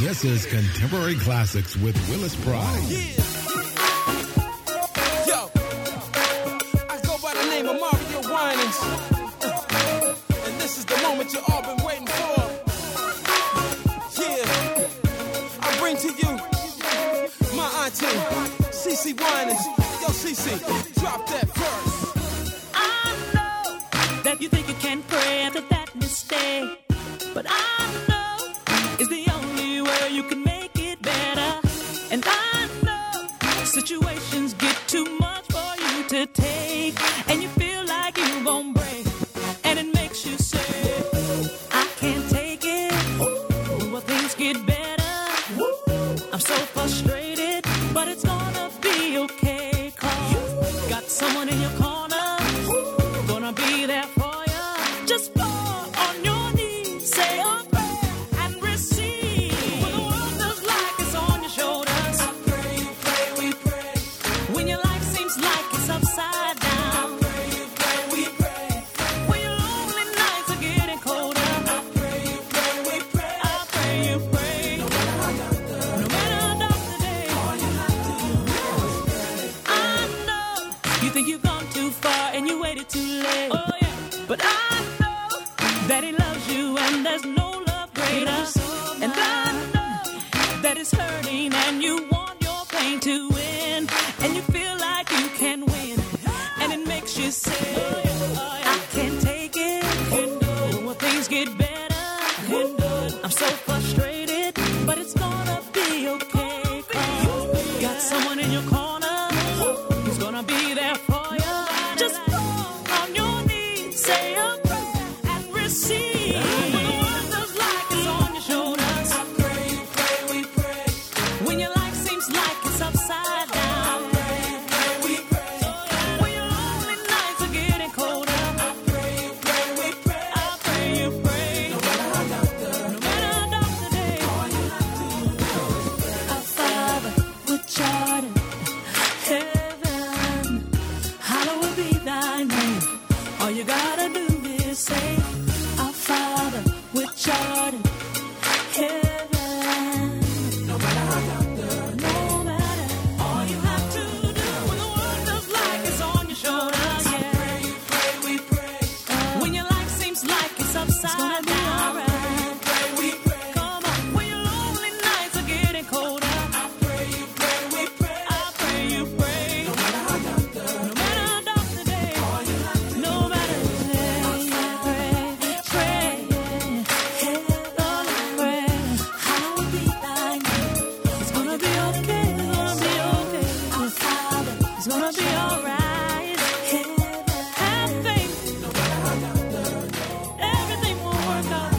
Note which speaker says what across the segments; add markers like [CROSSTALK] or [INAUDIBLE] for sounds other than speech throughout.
Speaker 1: This is Contemporary Classics with Willis Pride.
Speaker 2: Yo, I go by the name of Mario Winans, and this is the moment you all been waiting for. Yeah, I bring to you my auntie, CC Winans. Yo, CC, drop that verse.
Speaker 3: I know that you think you can pray after that mistake, but I know it's the only way you can make it better. And I know situations get too much for you to take, and you feel like you gon' break, and it makes you say, I can't take it. Ooh, will things get better? I'm so frustrated, but it's gonna be okay. Cause you got someone in your corner, gonna be there for you. Just fall on your knees, say a prayer, and receive. When the world feels like it's on your shoulders, I pray, you pray, we pray. When your life seems like it's upside down, I pray, you pray, we pray. When your lonely nights are getting colder, I pray, you pray, we pray. I pray, you pray. No matter the day, I know you think you've gone too far and you waited too late. Oh yeah, but I know that he loves you and there's no love greater. And I know that it's hurting and you want your pain to win and you feel like you can win and it makes you say, I can't take it. Ooh, When things get better, I'm so frustrated, but it's gonna be okay. 'cause you got someone in your corner who's gonna be there for you. Just fall on your knees, say a prayer, and receive. When the world feels like it's on your shoulders, I pray, you pray, we pray. When your life seems like it's upside down, I pray, you pray, we pray. When your lonely nights are getting colder, I pray, you pray, we pray. I pray, you pray. No matter the day, our Father, which art in heaven, hallowed be Thy name. All you gotta do is say, Our Father, which art in heaven. No matter, all you have to do when the world feels like it's on your shoulders. I pray, you pray, we pray. When your life seems like it's upside down. Come on, when your lonely nights are getting colder. I pray, you pray, we pray. I pray, you pray. No matter how dark the day, no matter the day, pray, pray. Heaven, pray. Hallowed be Thy name. It's gonna be okay. It's gonna be okay. It's gonna be alright. Have faith. Everything will work out.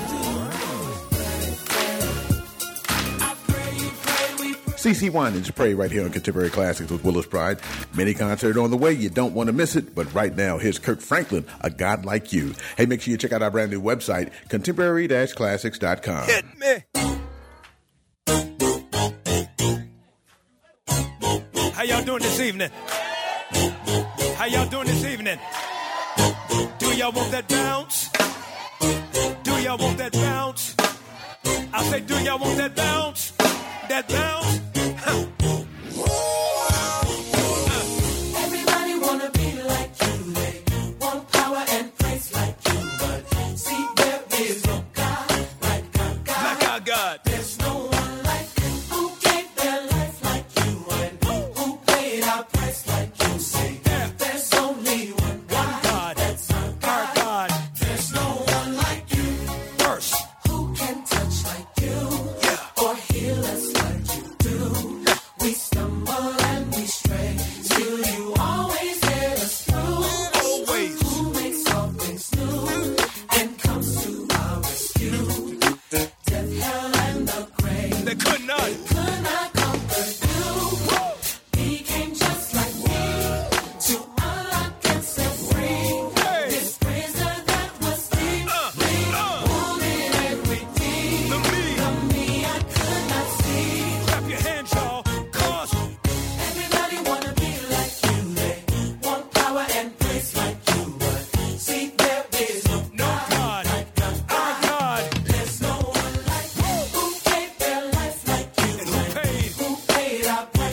Speaker 4: CC Winans Pray right here on Contemporary Classics with Willis Pride. Mini concert on the way. You don't want to miss it. But right now, here's Kirk Franklin, A God Like You. Hey, make sure you check out our brand new website, contemporary-classics.com.
Speaker 2: How y'all doing this evening? How y'all doing this evening? Do y'all want that bounce? Do y'all want that bounce? I say, do y'all want that bounce? That bounce? Huh.
Speaker 5: Everybody wanna be like you. They want power and praise like you, but see there is no God like our God.
Speaker 2: Like our God.
Speaker 5: There's no one like you who gave their life like you and who paid our price like you. Say there's only one God.
Speaker 2: God.
Speaker 5: That's our
Speaker 2: Our
Speaker 5: God.
Speaker 2: God.
Speaker 5: There's no one like you
Speaker 2: First.
Speaker 5: who can touch like you or heal us like you do.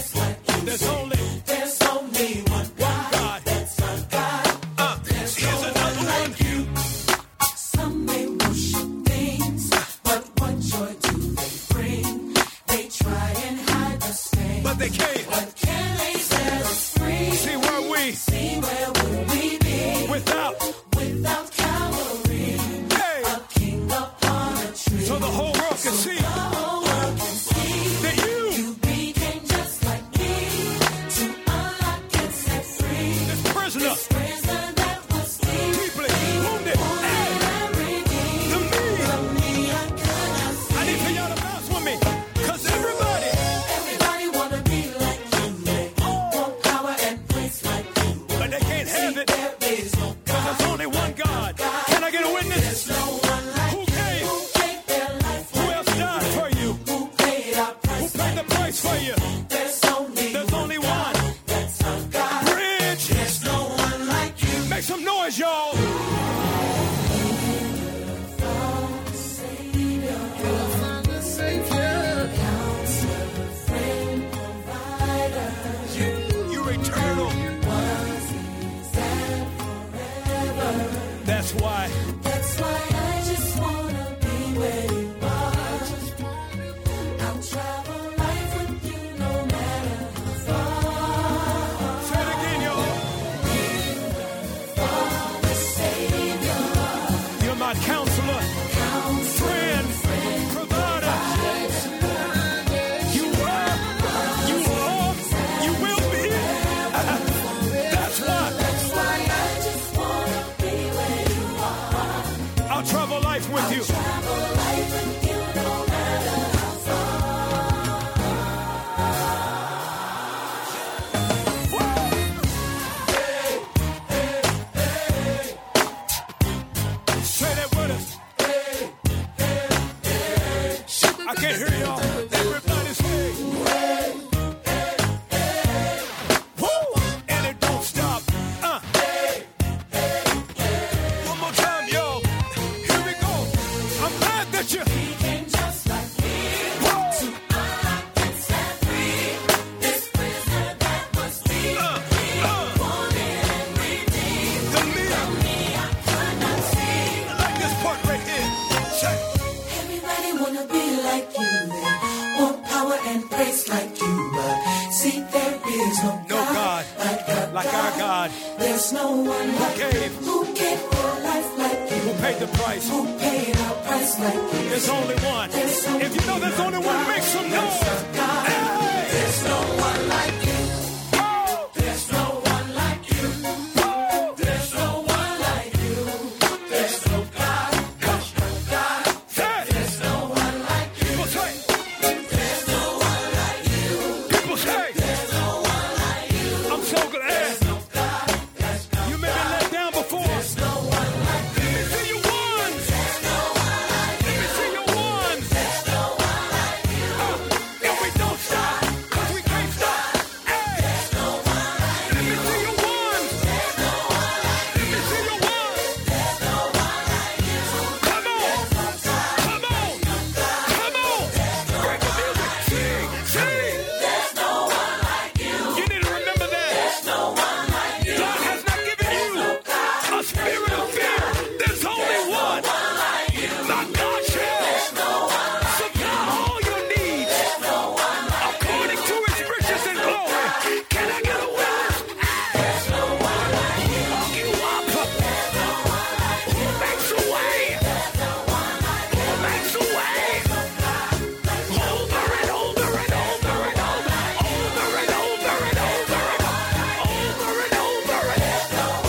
Speaker 2: Uh,
Speaker 5: they bring. They try and hide the stain.
Speaker 2: but they can't
Speaker 5: But can they set us free?
Speaker 2: see where we
Speaker 5: See where would we be
Speaker 2: without.
Speaker 5: without Calvary?
Speaker 2: Hey,
Speaker 5: A king upon a tree.
Speaker 2: so the whole world can see
Speaker 5: The whole world can see
Speaker 2: that you
Speaker 5: you became just like me. To unlock and set free.
Speaker 2: is prisoner,
Speaker 5: This prison that was deep.
Speaker 2: deeply wounded. Hey, to me, I need for y'all to bounce with me, cause everybody.
Speaker 5: Everybody wanna be like you, they want power and place like you.
Speaker 2: But they can't have it.
Speaker 5: There is no
Speaker 2: Cause there's only one God. Can I get a witness?
Speaker 5: one like
Speaker 2: Who came?
Speaker 5: who gave their life,
Speaker 2: Who else died for you?
Speaker 5: who paid our
Speaker 2: Who
Speaker 5: price.
Speaker 2: paid the price for you?
Speaker 5: There's only
Speaker 2: There's only one.
Speaker 5: that's our God.
Speaker 2: Bridge.
Speaker 5: There's no one like you.
Speaker 2: Make some noise, y'all. You're eternal. That's why
Speaker 5: That's why I just wanna be where you are. I'll travel life with you no matter how far.
Speaker 2: Say it again, y'all.
Speaker 5: The Savior,
Speaker 2: You're my counselor, friend, provider. You are, you are, you will be. That's why
Speaker 5: that's why I just wanna be where you are.
Speaker 2: I'll travel life with you.
Speaker 5: Travel life with you no matter how far.
Speaker 2: Say that with us. I can't hear y'all. Everybody say, Woo! And it don't stop. Uh. One more time, y'all. Here we go. I'm glad that you.
Speaker 5: Became just like me.
Speaker 2: Woo!
Speaker 5: Unlocked and set free. This prisoner that was deep,
Speaker 2: Uh, uh,
Speaker 5: wounded and redeemed.
Speaker 2: the leader.
Speaker 5: Me, I could not see.
Speaker 2: I like this part right here. Check.
Speaker 5: Everybody wanna be like you, they want power and praise like you, but see there is no,
Speaker 2: No God
Speaker 5: like our
Speaker 2: like our God.
Speaker 5: There's no one like
Speaker 2: gave?
Speaker 5: you. who gave their life like you,
Speaker 2: Who paid the price?
Speaker 5: who paid our price like you.
Speaker 2: There's only one. If you know there's only one, make some noise. Hey!
Speaker 5: There's no one like you. There's no one like you. There's no one like you. There's no God. There's no God. There's no one like you.
Speaker 2: People say,
Speaker 5: There's no one like you.
Speaker 2: people say,
Speaker 5: There's no one like you.
Speaker 2: I'm so glad. You may be let down before. Let me see you once. Let me see you once. Uh, And we don't stop, 'cause we can't stop. Hey! Let me see you once. Let me see you once. Come on. Come on. Come on. Break the music. Sing. Sing. You need to remember that. God has not given you a spirit of fear. There's only one. My God shall supply all your needs according to his riches and glory. Can I get a witness? Who woke you up? Who makes a way? Who makes a way? Over and over and over and over. Over and over and over and over and over and over.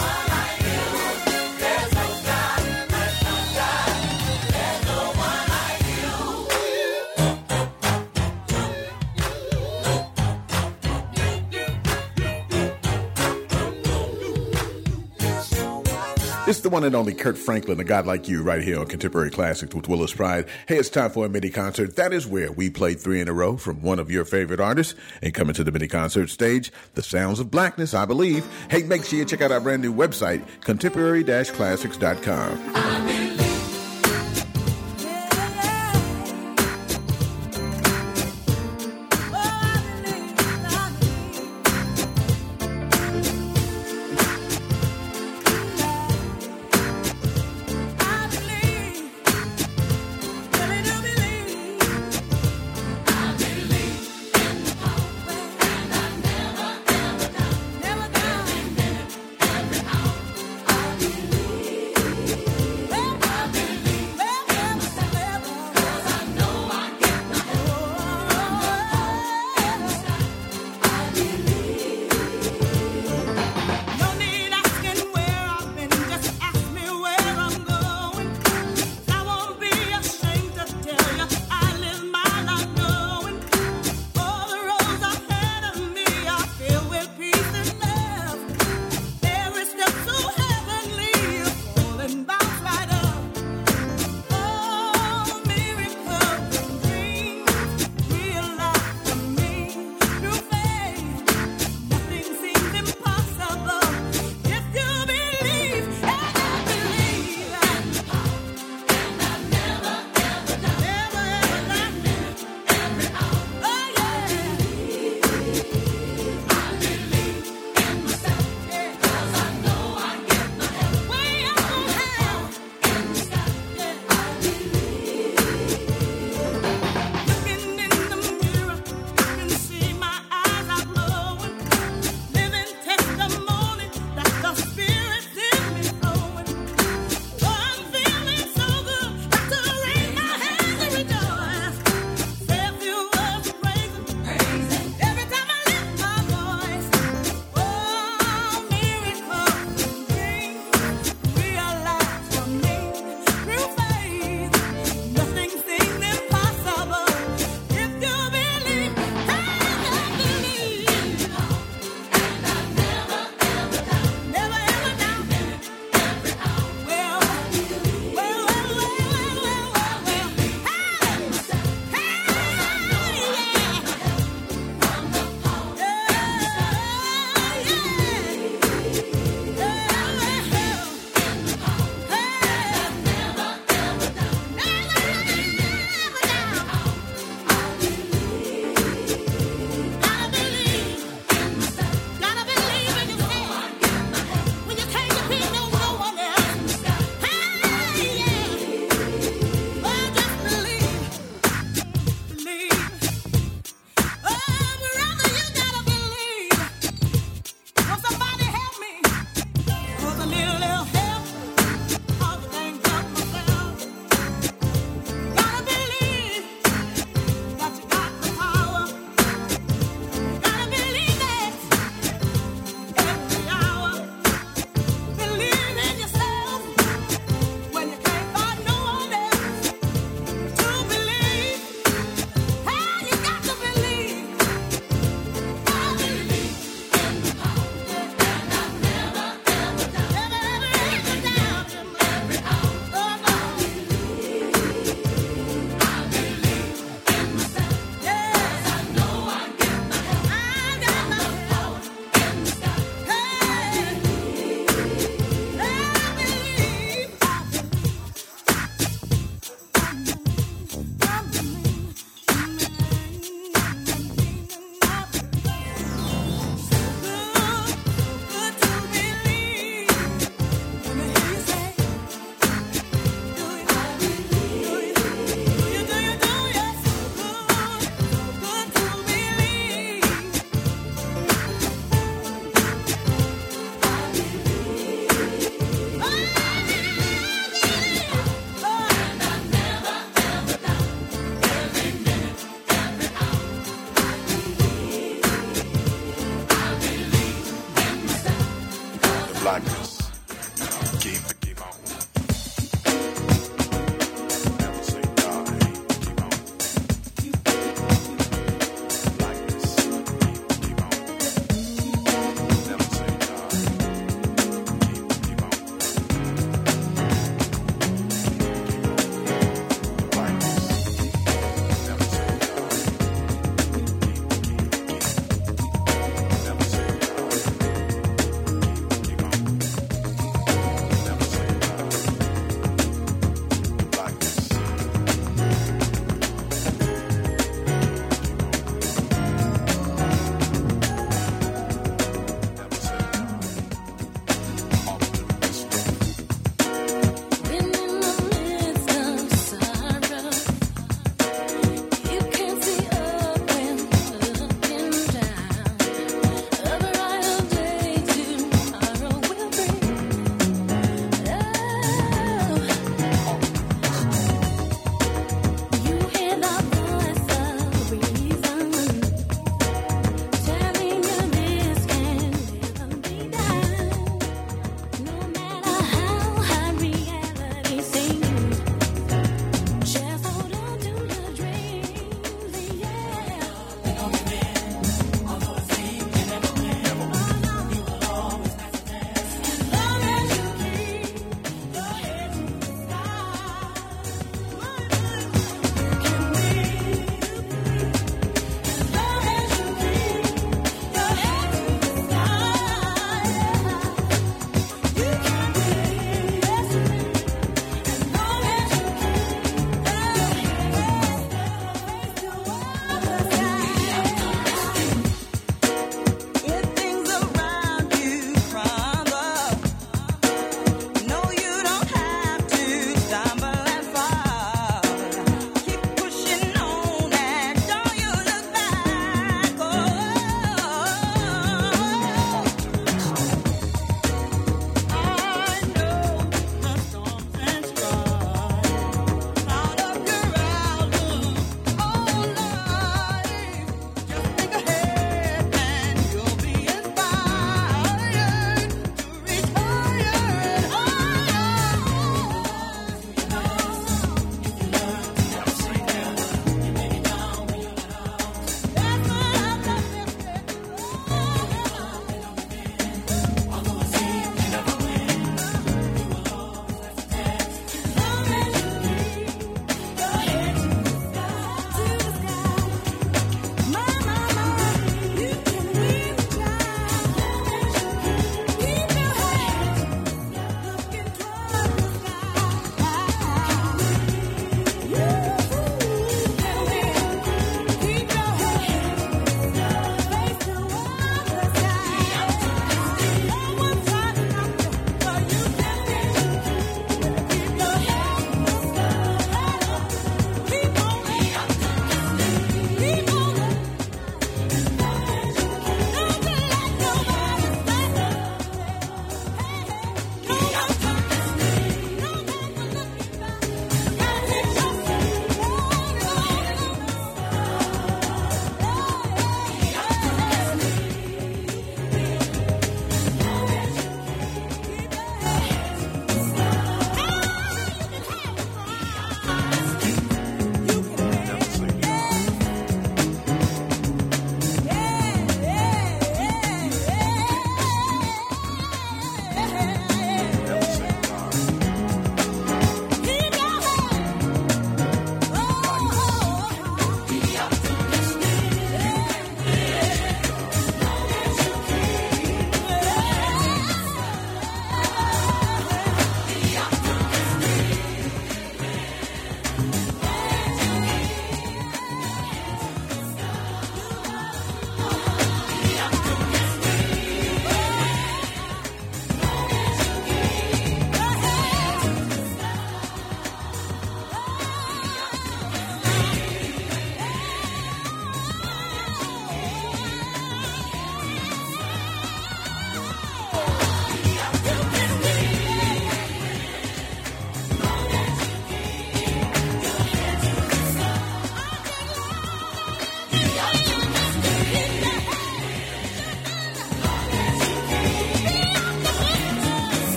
Speaker 4: It's the one and only Kurt Franklin, a God like you, right here on Contemporary Classics with Willis Pride. Hey, it's time for a mini concert. That is where we play three in a row from one of your favorite artists and coming to the mini concert stage, The Sounds of Blackness, I believe. Hey, make sure you check out our brand new website, contemporary classics.com.
Speaker 3: I believe, really do believe.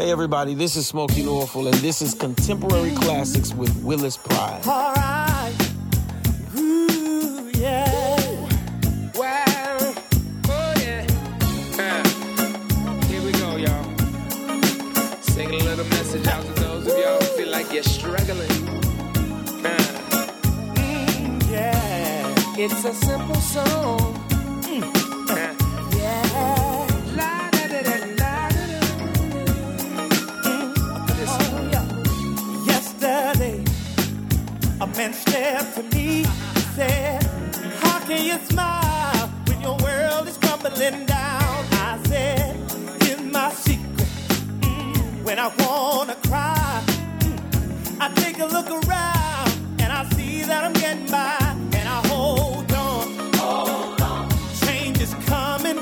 Speaker 5: Oh,
Speaker 6: everybody. This is Smokey Lawful, and this is Contemporary Classics with Willis Pride.
Speaker 2: All right. Ooh, yeah. Well, oh yeah.
Speaker 7: Here we go, y'all. Sing a little message out to those of y'all who feel like you're struggling. Uh,
Speaker 2: Mm, Yeah. It's a simple song. Mm. Yeah. Oh, yeah. Yesterday, a man stepped to me, said, How can you smile when your world is crumbling down? I said, Here's my secret. Mm, When I wanna cry, mm, I take a look around and I see that I'm getting by and I hold on. Change is coming.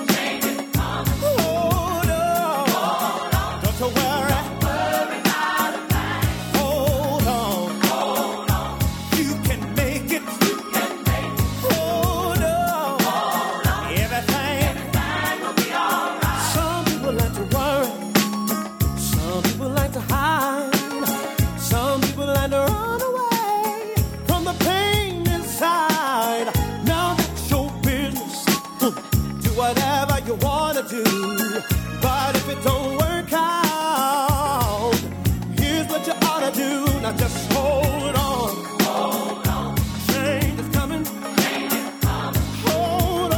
Speaker 2: Hold on. Don't you worry. Hold on. You can make it. Hold on. Everything. Some people like to worry. Some people like to hide. Some people like to run away from the pain inside. Now that's your business. Do whatever you wanna do. But if it don't work out, here's what you ought to do. Now just hold on. Change is coming. Hold on. Don't worry.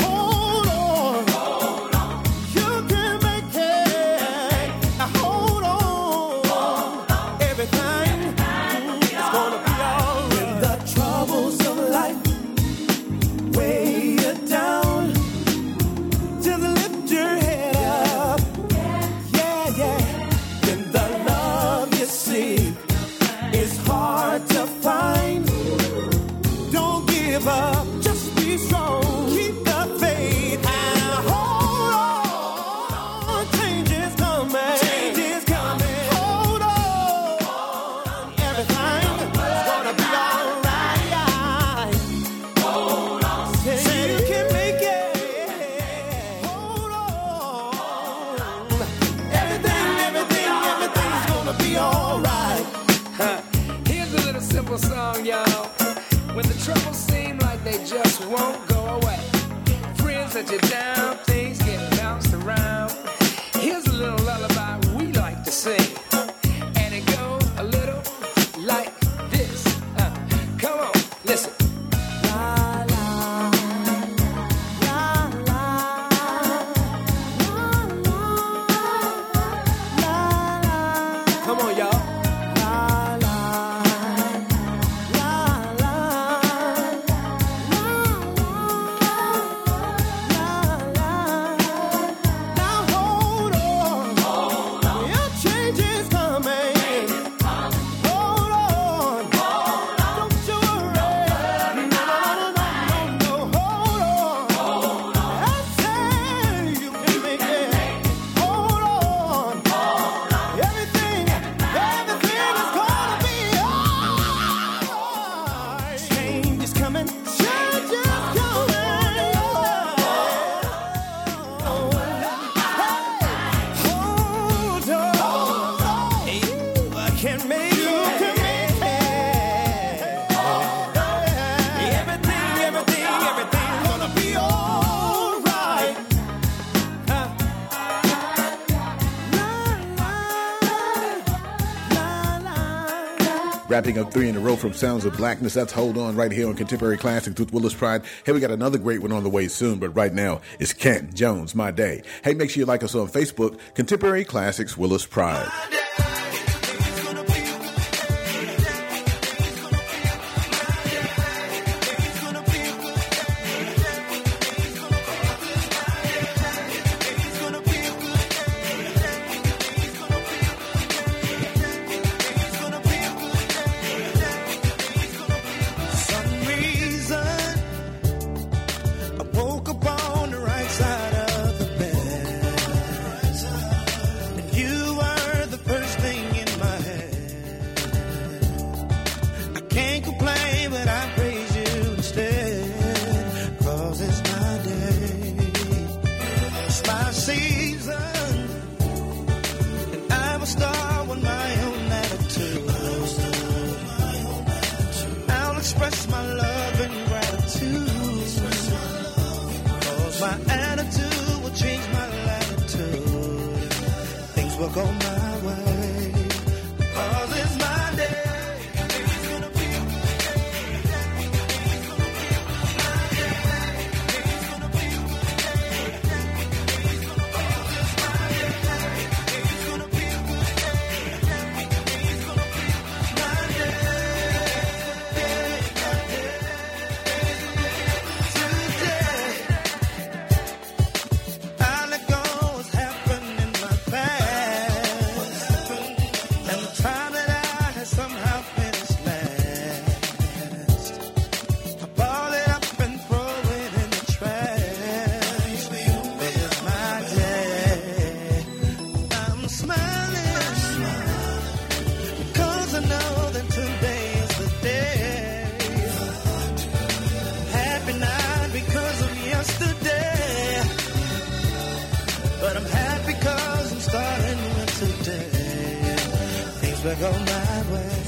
Speaker 2: Hold on. You can make it. Now hold on. Everything is gonna be alright. When the troubles of life weigh you down, just lift your head up. Yeah, yeah. When the love you seek is hard to find. Don't give up. Just be strong. Keep the faith and hold on. Change is coming. Change is coming. Hold on. Everything is gonna be alright. Hold on. Say, you can make it. Hold on. Everything, everything, everything's gonna be alright.
Speaker 7: Here's a little simple song, y'all. When the troubles seem like they just won't go away, friends let you down, things get bounced around. Here's a little lullaby we like to sing, and it goes a little like this. Uh, come on, listen. Come on, y'all.
Speaker 2: Now hold on, your change is coming. Hold on, don't you worry. No, no, no, no, no, no. Hold on, I say you can make it. Hold on, everything, everything is gonna be alright. Change is coming. Change is coming. Hold on. I can make it. Everything, everything, everything's gonna be alright.
Speaker 4: Wrapping up three in a row from Sounds of Blackness. That's Hold On right here on Contemporary Classics with Willis Pride. Hey, we got another great one on the way soon, but right now it's Kent Jones, My Day. Hey, make sure you like us on Facebook, Contemporary Classics Willis Pride.
Speaker 2: some reason I woke up on the right side of the bed. And you were the first
Speaker 8: express my love and gratitude. Cause my attitude will change my latitude. Things will go my way. Cause it's my day. It's gonna be a I let go what's happened in my past and the time that I had somehow finished last. I ball it up and throw it in the trash. This is my day. I'm smiling because I know that today is the day. Happy night because of yesterday. But I'm happy cause I'm starting with today. Things will go my way.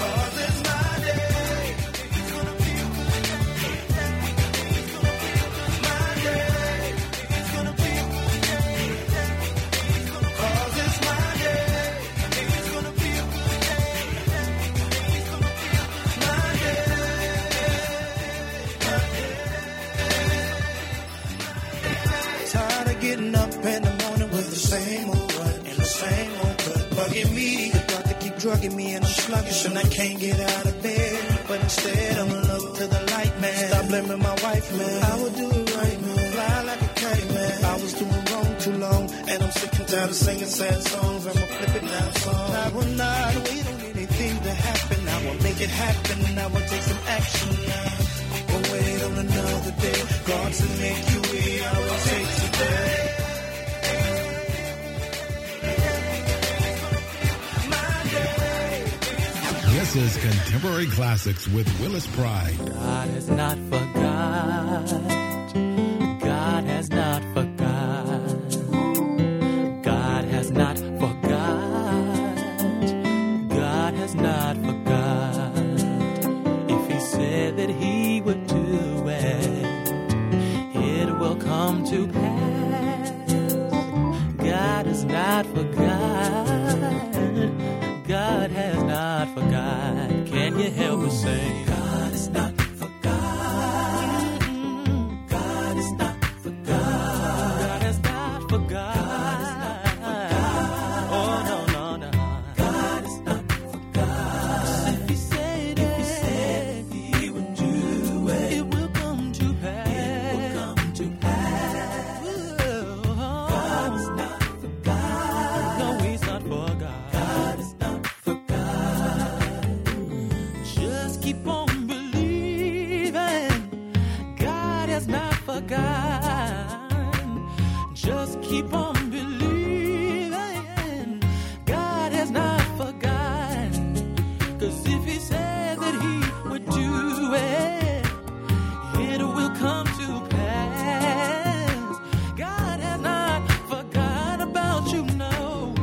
Speaker 8: Cause it's my day. It's gonna be my day. It's gonna be my day. It's gonna be my day. Cause it's my day. It's gonna be my day. It's gonna be my day. Tired of getting up in the morning with the same old run and the same old cut. Bugging me, the doctor keep drugging me and I'm sluggish and I can't get out of bed. But instead I'ma look to the light, man. Stop blaming my wife, man. I would do it right, man. Fly like a kite, man. I was doing wrong too long and I'm sick and tired of singing sad songs. I'ma flip it now, song. I will not wait on anything to happen. I will make it happen. I will take some action now. But wait on another day. God to make you we I will take today.
Speaker 1: This is Contemporary Classics with Willis Pride.
Speaker 5: God has not forgot. God has not forgot. God has not forgot. God has not forgot. If He said that He would do it, it will come to pass. God has not forgot. God has not forgot. Can you help us sing? God is not forgot. God is not forgot. God has not forgot. Oh no no no. God is not forgot. If He said if He said He would do it, it will come to pass. It will come to pass. God is not forgot. No, He's not forgot. God is not forgot. Just keep on believing. God has not forgotten. Just keep on believing. God has not forgotten. Cause if He said that He would do it, it will come to pass. God has not forgot about you, no.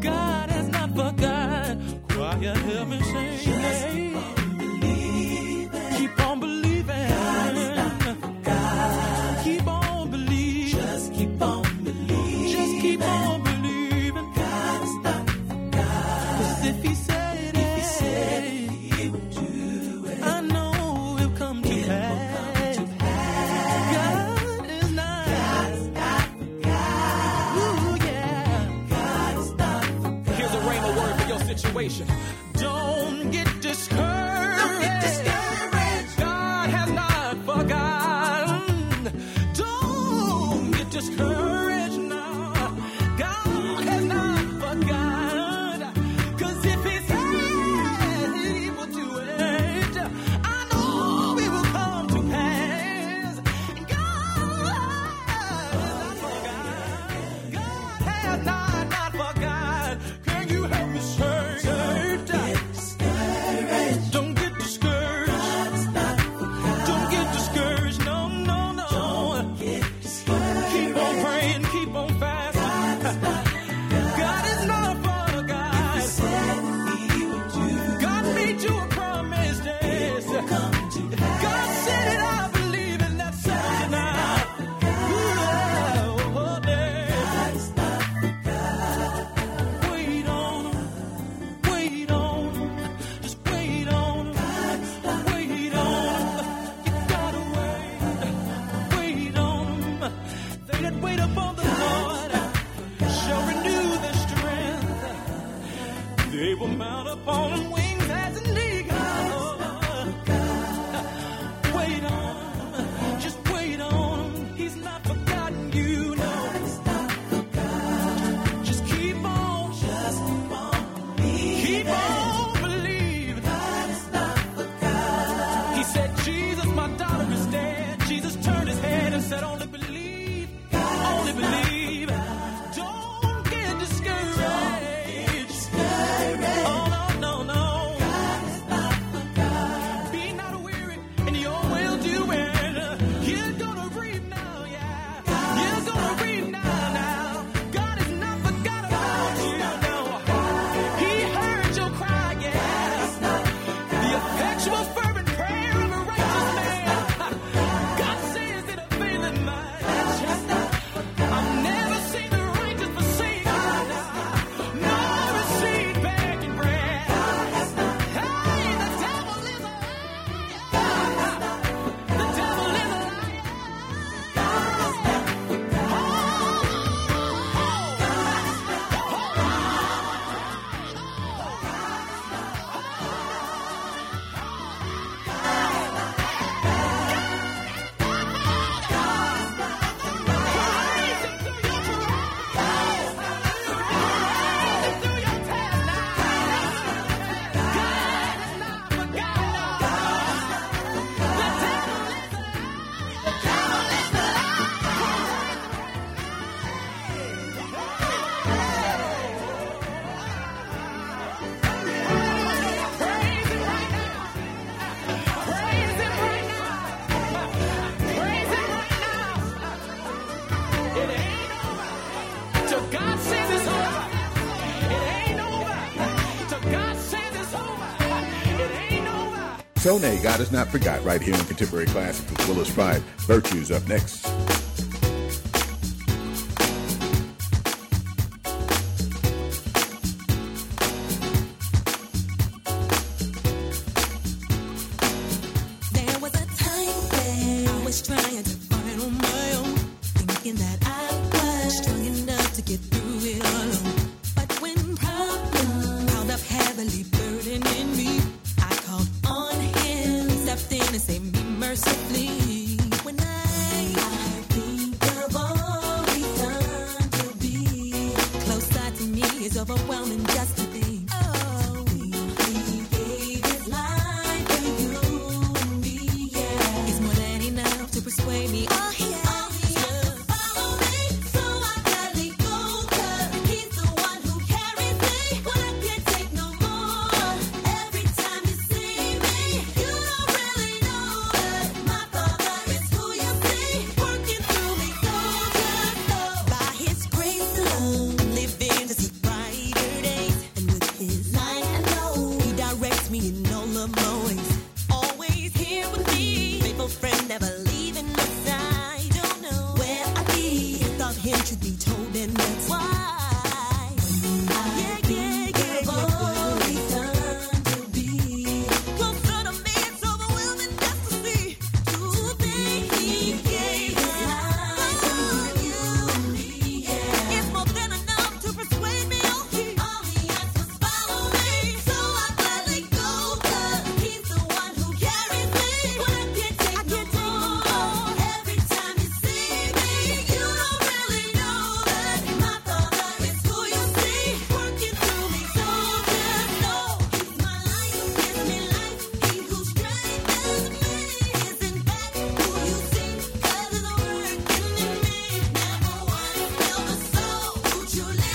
Speaker 5: God has not forgot. Cry and help me sing. Just keep on believing. Keep on believing. God has not forgot. Keep on believing. Just keep on believing. Just keep on believing. God has not forgot. Cause if he said it, if he said it,
Speaker 4: Tone, God is not forgot, right here in Contemporary Classics with Willis Pride. Virtues up next.
Speaker 3: There was a time when I was trying to find on my own, thinking that I was strong enough to get through it alone. But when problems piled up heavily, burdening me, I called on Him, stepped in and saved me mercifully. When I think of all He's done to be, close side to me is overwhelming just to think. Oh, He gave His life for you. It's more than enough to persuade me. Oh, he is. Follow me, so I gladly go. 'cause he's the one who carries me when I can't take no more. Every time you see me, you don't really know that my father is who you see, working through me so good. So by his grace alone, living to see brighter days, and with his light alone, he directs me in all of my ways always here with me. Faithful friend, never leaving my side. Don't know where I'd be without him. Truth be told, and that's why. Yeah, yeah, yeah, yeah. Always done to be. Closer to me, it's overwhelming just to see. To think he gave his life for you. It's more than enough to persuade me. Oh, he- all he asked was follow me. So I gladly go, 'cause he's the one who carries me. When I can't take no more, every time you see me, you don't really know that my father is who you see, working through me so good. No, he's my light, who gives me life. He who strengthens me isn't that who you see, 'cause it's working in me. Never wanna feel the soul who truly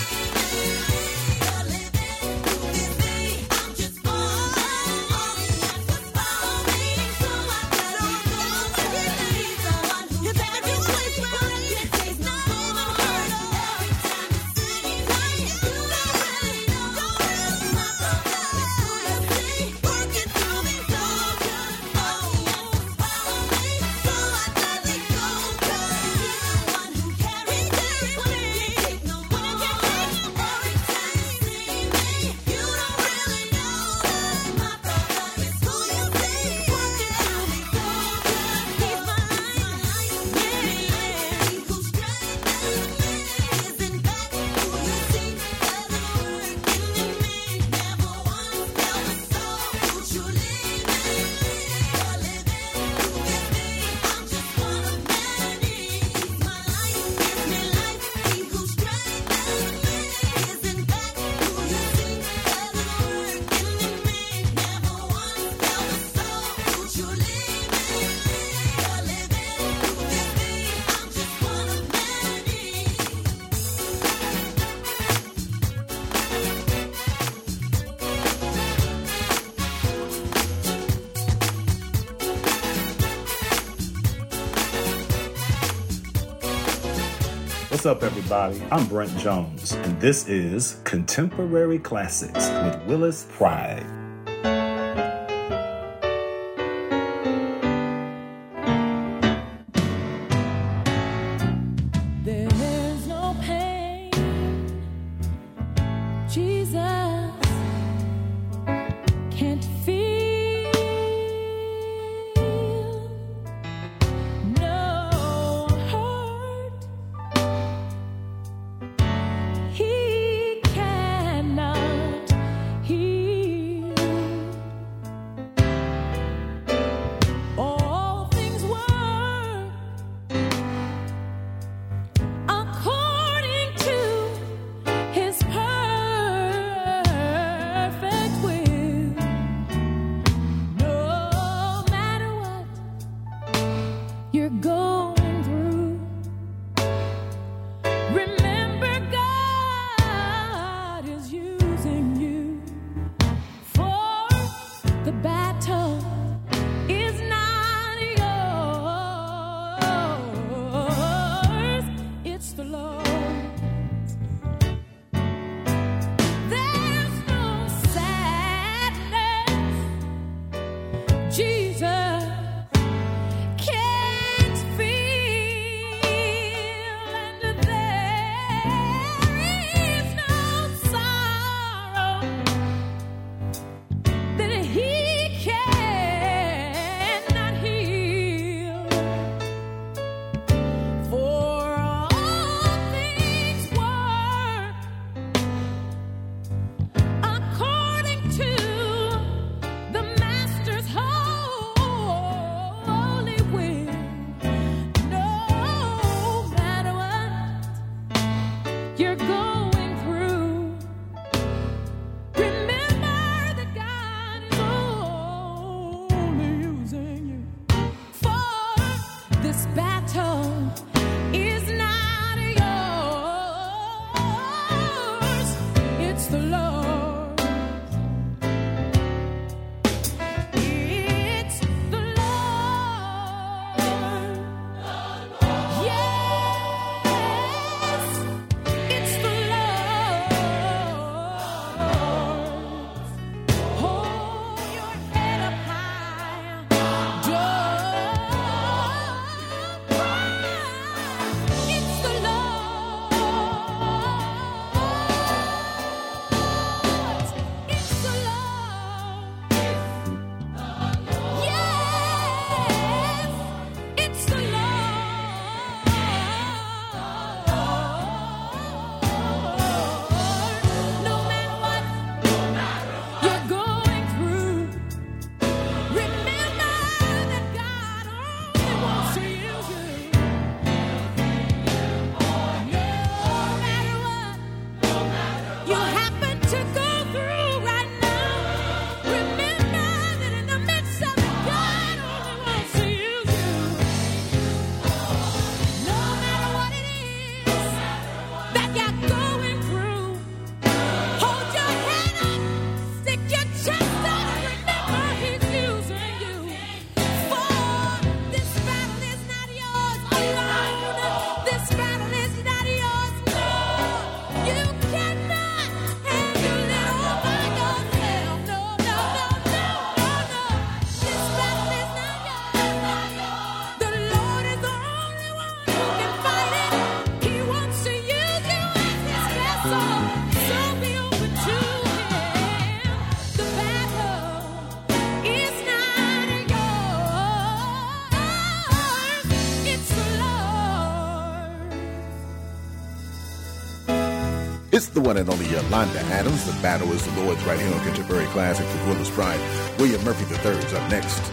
Speaker 9: What's up, everybody? I'm Brent Jones, and this is Contemporary Classics with Willis Pride.
Speaker 5: There's no pain, Jesus can't feel. No hurt, he cannot heal. Jesus can't feel, and there's no sorrow that he cannot heal. For all things work according to the master's holy will. No matter what you're going through, remember that God is only using you for this battle. Is not yours. It's the Lord. It's the Lord. Yes, it's the Lord. Hold your head up high. Don't cry. It's the Lord. It's the Lord. Yes, it's the Lord. No matter what you're going through, remember that God only wants to use you. No matter what you happen to go through right now, remember that in the midst of it, God only wants to use you. No matter what it is that you're going through, hold your head up, stick your chest out, and remember He's using you. For this battle is not yours alone. This battle is not yours alone. You cannot handle it all by yourself. No, no, no, no, no, no. This battle is not yours. The Lord is the only one who can fight it. He wants to use you as his vessel. So be open to him. The battle is not yours. It's the Lord.
Speaker 4: It's the one and only Yolanda Adams. The battle is the Lord's right here on Contemporary Classics with Willis Pride. William Murphy III is up next.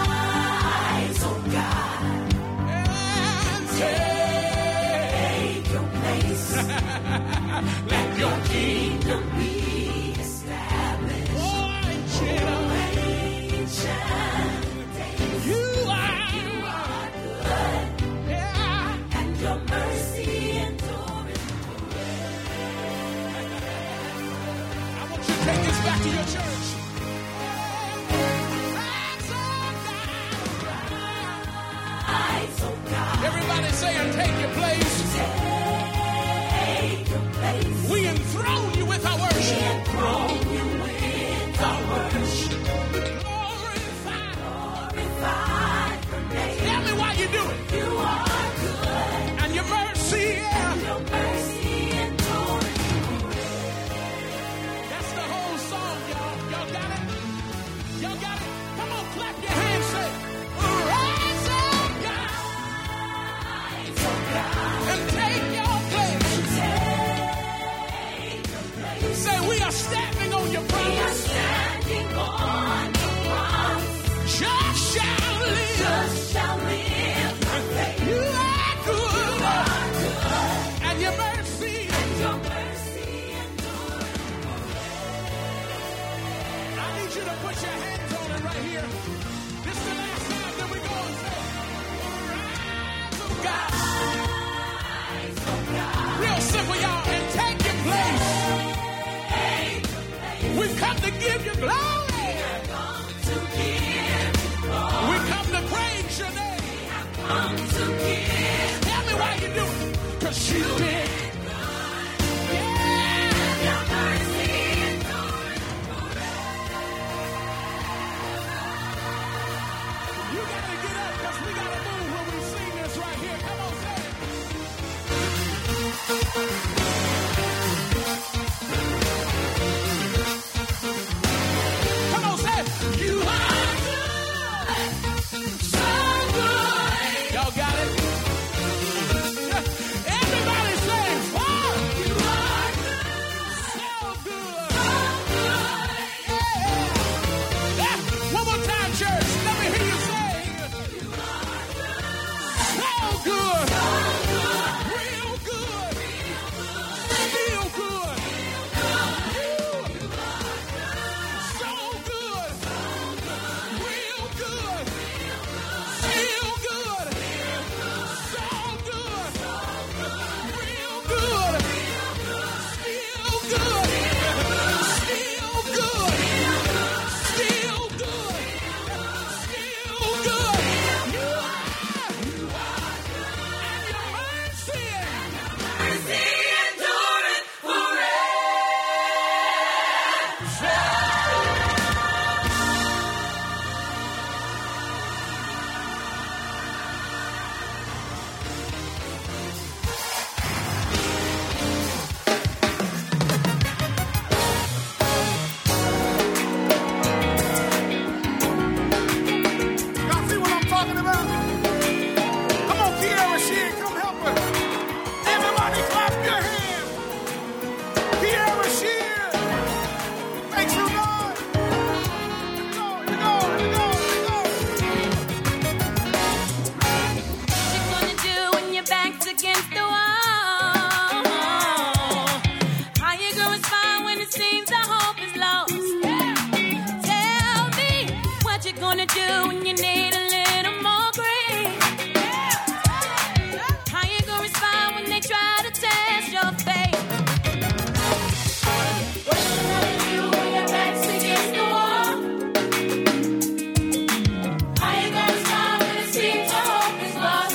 Speaker 2: Arise, O God, and take your place. [LAUGHS] Let your kingdom be established. Oh, ancient days. You are good, and your mercy endureth forever. I want you to take this back to your church. Everybody say, and take your place. We enthrone you with our worship. We enthrone you with our worship. Glorify, glorify your name. Tell me why you do it. You are good. And your mercy, yeah. And your mercy endures That's the whole song, y'all. Y'all got it? Y'all got it? Come on, clap your hands, say, Arise, O God. And take your place. Say, we are standing on your promise. Just shall live. You are good. And your mercy. I need you to put your hands on it right here. This is the last time that we go and say, oh Real simple, y'all, and take your place. We've come to give you glory. We've come to praise your name. Tell me why you do it. Cause you did. Yeah.
Speaker 5: Come on, say it. You are so good. Y'all got it? Everybody say, oh, you are so good. Yeah. Yeah. One more time, church. Let me hear you say, so good. Real good. Real good. You so good. Real good. Feel good. So good. Real good. Feel good. Feel good. Feel good. Feel good. You are. You are. And your mercy. Mercy endureth forever. Y'all see what I'm talking about? Come on, Kiara Sheehan, come help us. Everybody clap your hands. Kiara Sheehan. Thanks you, God. Here we go, here we go, here we go.
Speaker 10: What you gonna do when your back's against the wall? How you gonna smile when it seems the hope is lost? Tell me what you gonna do when you need a little more grace? How you gonna smile when they try to test your faith? What you gonna do when your back's against the wall? How you gonna smile when it seems the hope is lost?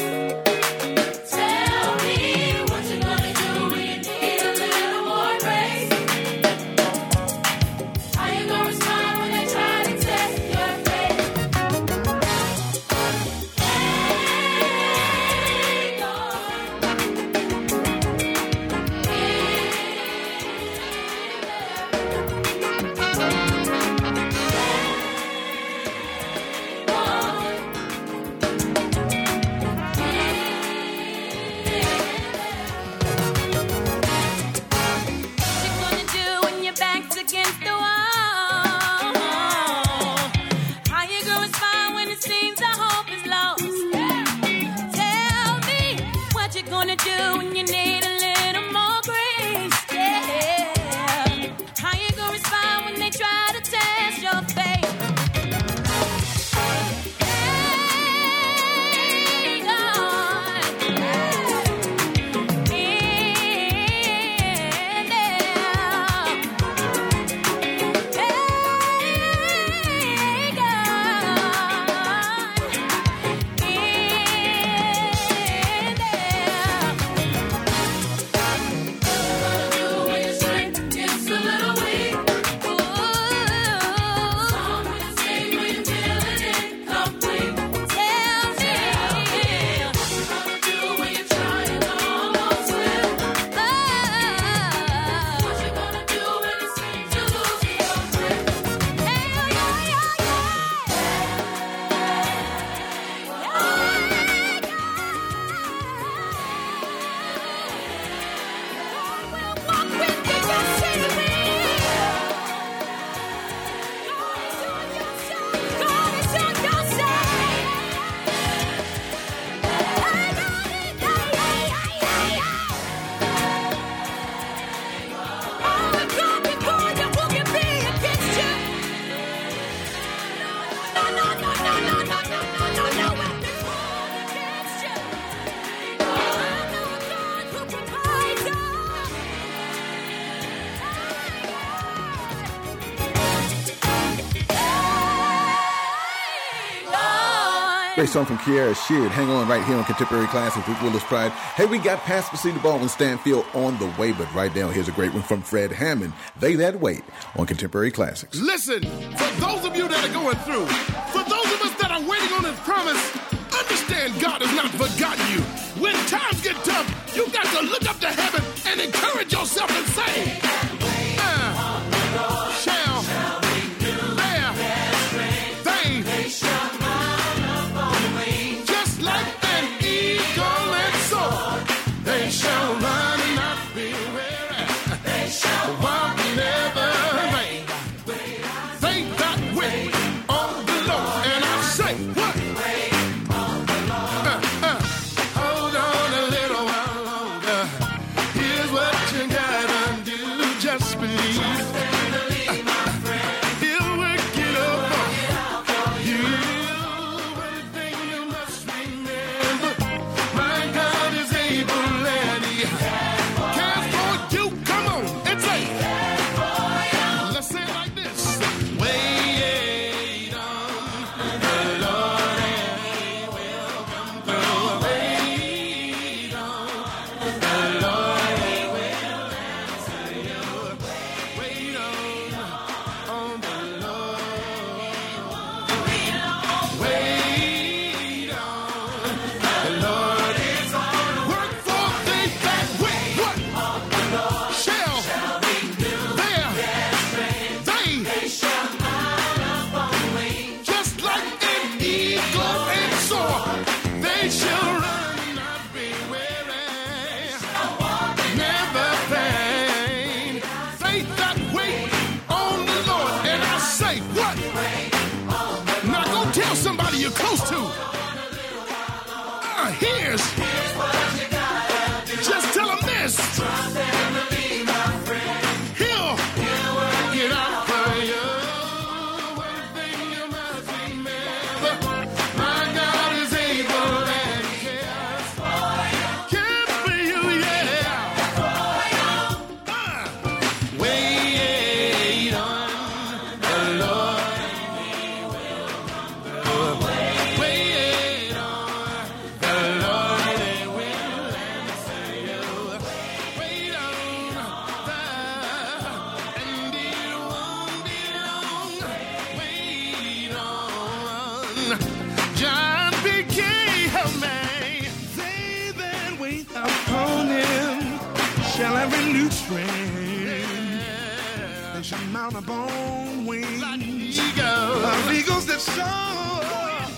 Speaker 10: Tell me what you gonna do when you need a little more grace. How you gonna smile when they try to test your faith? What you gonna do when your back's against the wall? How you gonna smile when it seems the hope is lost? Tell me what you gonna do when you need a little more grace. Yeah. How you gonna smile when they try to test your faith? Hey, God.
Speaker 4: Great song from Kiara Sheard. Hang on right here on Contemporary Classics with Willis Pride. Hey, we got past Pasito Ball and Stanfield on the way, but right now here's a great one from Fred Hammond. They That Wait on Contemporary Classics.
Speaker 11: Listen, for those of you that are going through, for those of us that are waiting on His promise, understand God has not forgotten you. When times get tough, you got to look up to heaven and encourage yourself and say, uh, shall their they just like an eagle and soar, they shall run and not be weary, they shall walk and never faint. They got wait on the Lord, and I say what? Uh, uh, hold on a little while longer. Here's what you gotta do, just believe. Uh, He'll work it out for you. One thing you must remember, my God is able and He cares for you. Come on and say, let's say it like this. Wait on the Lord and He will come through. Wait on the Lord, He will answer you. Wait on, on the Lord. Wait on the Lord. Work for faith that wait. What? Shall there they just like an eagle and soar, they shall run and not be weary. Never faint. Faith that wait on the Lord, and I say what? Now go tell somebody you're close to. Uh, here's. Just tell them this. He'll get out for you. My God is able and cares Care for you, yeah. Uh, Wait on the Lord. Wait on the Lord. He will answer you. Wait on the- and it won't be long. Wait on. John became man. They that wait upon him shall have renewed strength. They shall mount upon wings like eagles. Of eagles that soar.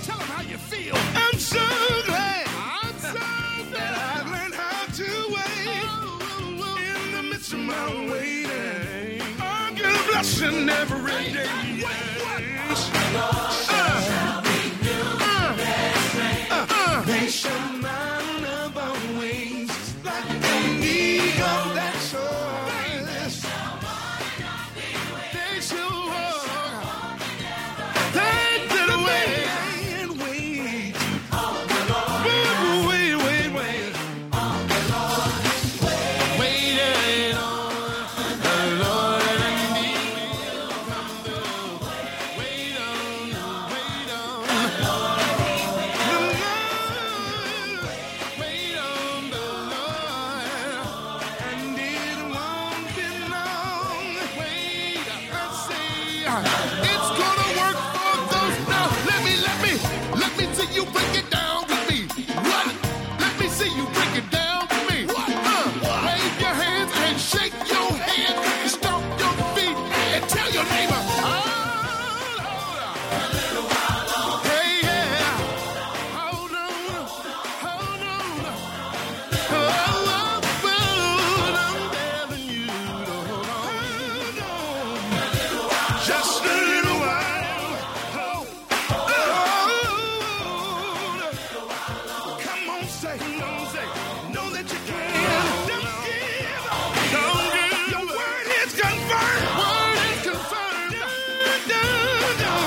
Speaker 11: Tell them how you feel. I'm so glad. I'm so glad I've learned how to wait in the midst of my waiting. I get a blessing every day. Yes. Uh, uh, uh, They shall mount upon wings like an eagle that soars. They shall walk. They did away and wait. Wait, wait, wait, wait. Waiting on the Lord and He will come through. Wait on, wait on the Lord. Wait on the Lord, and it won't be long. Wait, I say, it's gonna work for those. Now let me, let me, let me see you break it down with me. What? Let me see you break it down with me. What? Uh, wave your hands and shake your head, stomp your feet, and tell your neighbor. "Ah, Lord." Hey, yeah. Hold on, hold on. Oh, I'm fooled, I'm telling you, hold on. Just a little while. Oh, come on, say, no, say, know that you can. Don't give up. Don't give up. Your word is confirmed. Word is confirmed. No, no, no.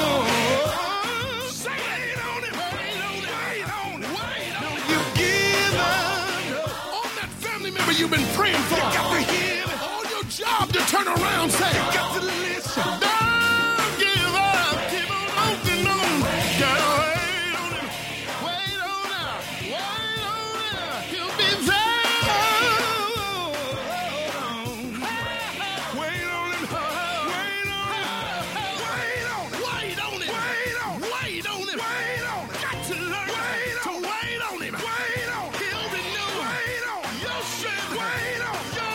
Speaker 11: Say, wait on it, wait on it, wait on it, wait on it. You give up on that family member you've been praying for. You got to hear it. On your job to turn around, say, you got to listen. Don't give up. Keep on holding on. Gotta wait on it. Wait on it. Wait on it. He'll be there. Wait on it. Wait on it. Wait on it. Wait on it. Wait on it. Wait on it. Wait on it. Got to learn to wait on him. Wait on. He'll renew. Wait on. Your strength. Wait on. Your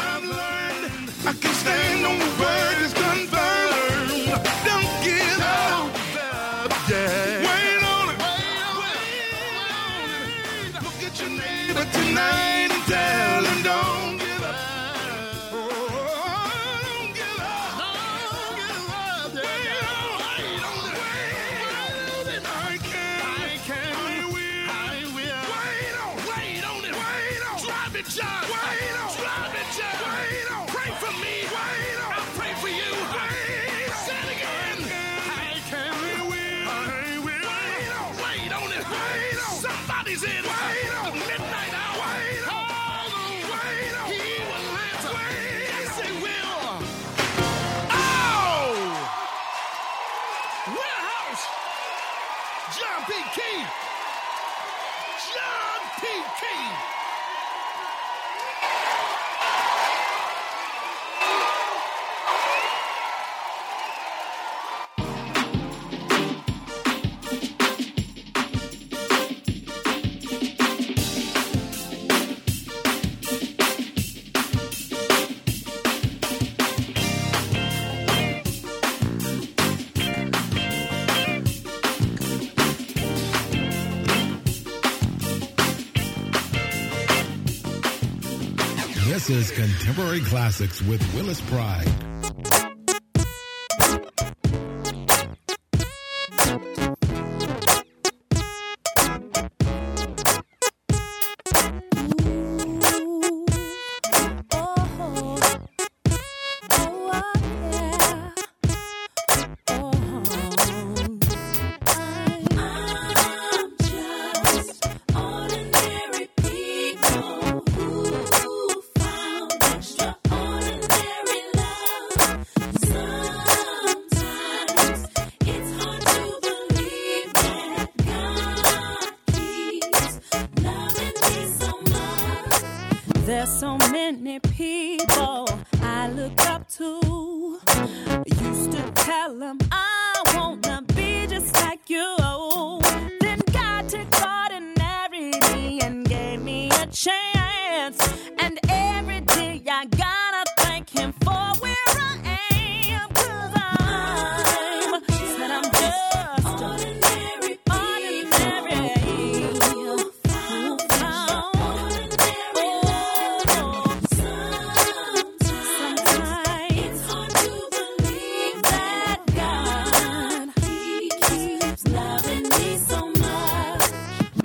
Speaker 11: I can stand on the word that's confirmed. Don't give up. Yeah. Wait on it. Look at your neighbor tonight and tell him don't give up. Don't give up. Don't give up. Wait on it. Wait on it. I can. I can. I will. I will. Wait on. Wait on it. Wait on. Drive it, John. Wait on. Drive it, John. Wait on. Pray for me. Wait on. I'll pray for you. Wait on. Say it again. I can. I will. I will. Wait on. Wait on it. Wait on. Somebody's in. Wait on. The midnight hour. Wait on. All the wait on. He will answer. Wait yes, he will. Oh! Warehouse. John P. Key. John P. Key.
Speaker 1: This is Contemporary Classics with Willis Pride.
Speaker 3: There's so many people I look up to. Used to tell them I wanna be just like you. Then God took ordinary me and gave me a chance. And every day I gotta thank Him for where I am. Cause I'm, said I'm just ordinary. Ordinary.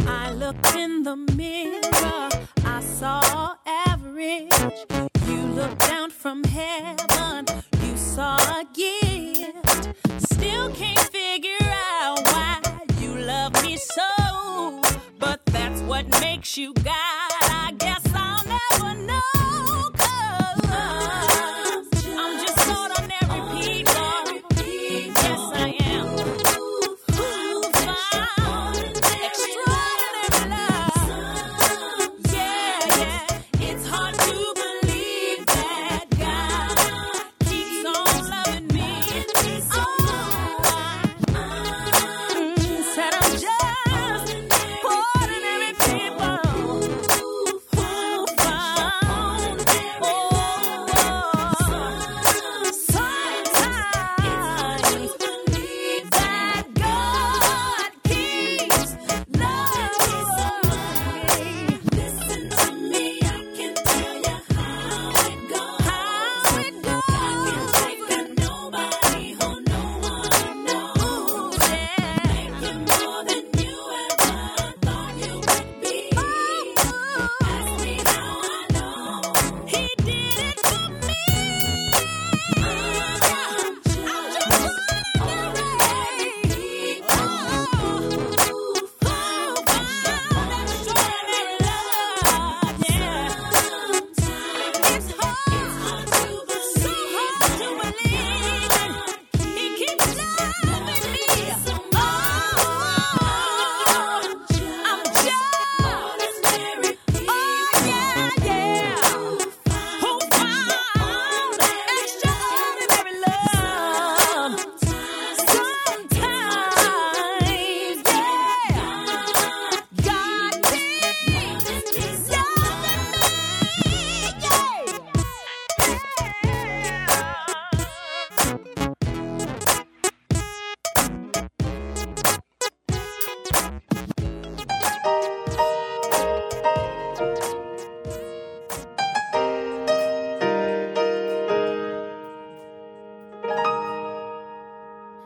Speaker 3: I looked in the mirror, I saw average. You looked down from heaven, you saw a gift. Still can't figure out why you love me so, but that's what makes you God. I guess I'll never know. 'cause I'm just ordinary people. Yes, I am. It's hard to believe that God keeps on loving me. Oh, said I'm just ordinary people.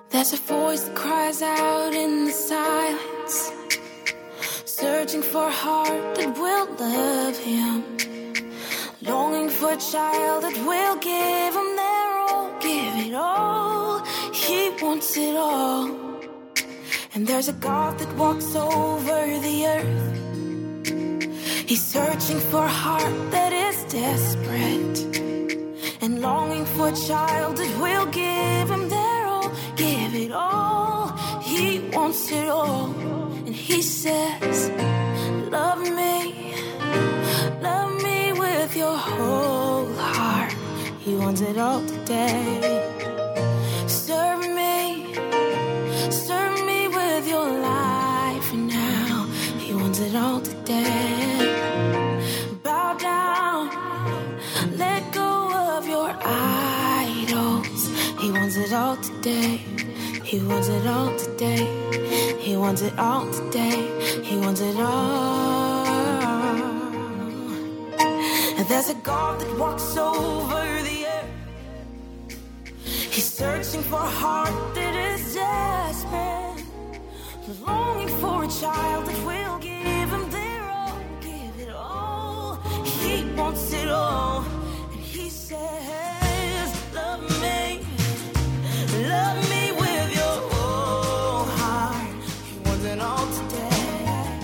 Speaker 12: There's a voice that cries out in the silence, searching for a heart that will love him, longing for a child that will give him their all, give it all. He wants it all. And there's a God that walks over the earth. He's searching for a heart that is desperate and longing for a child that will give him their all, give it all. He wants it all, and he says, Love me, love me with your whole heart. He wants it all today. Serve me, serve me with your life now. He wants it all today. Bow down. Let go of your idols. He wants it all today. He wants it all today. He wants it all today. He wants it all. And there's a God that walks over the earth. He's searching for a heart that is desperate, longing for a child that will give him their all, give it all. He wants it all. He says, Love me, love me with your whole heart. He wants it all today.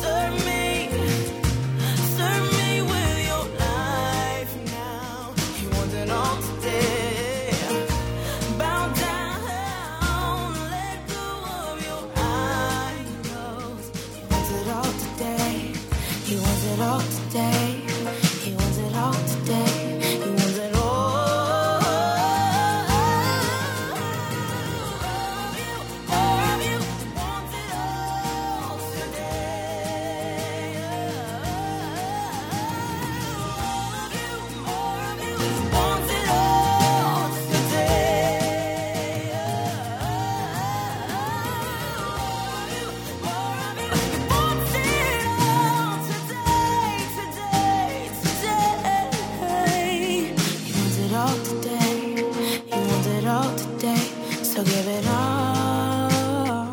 Speaker 12: Serve me, serve me with your life now. He wants it all today. Bow down, let go of your idols. He wants it all today. He wants it all today. He wants it all today. He wants it all. He wants it all today. He wants it all today. So give it all.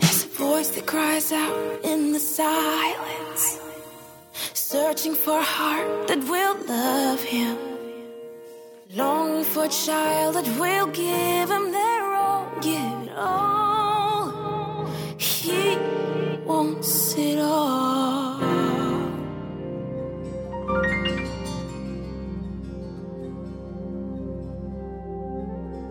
Speaker 12: There's a voice that cries out in the silence, searching for a heart that will love him. Longing for a child that will give him their all, give it all. He wants it all.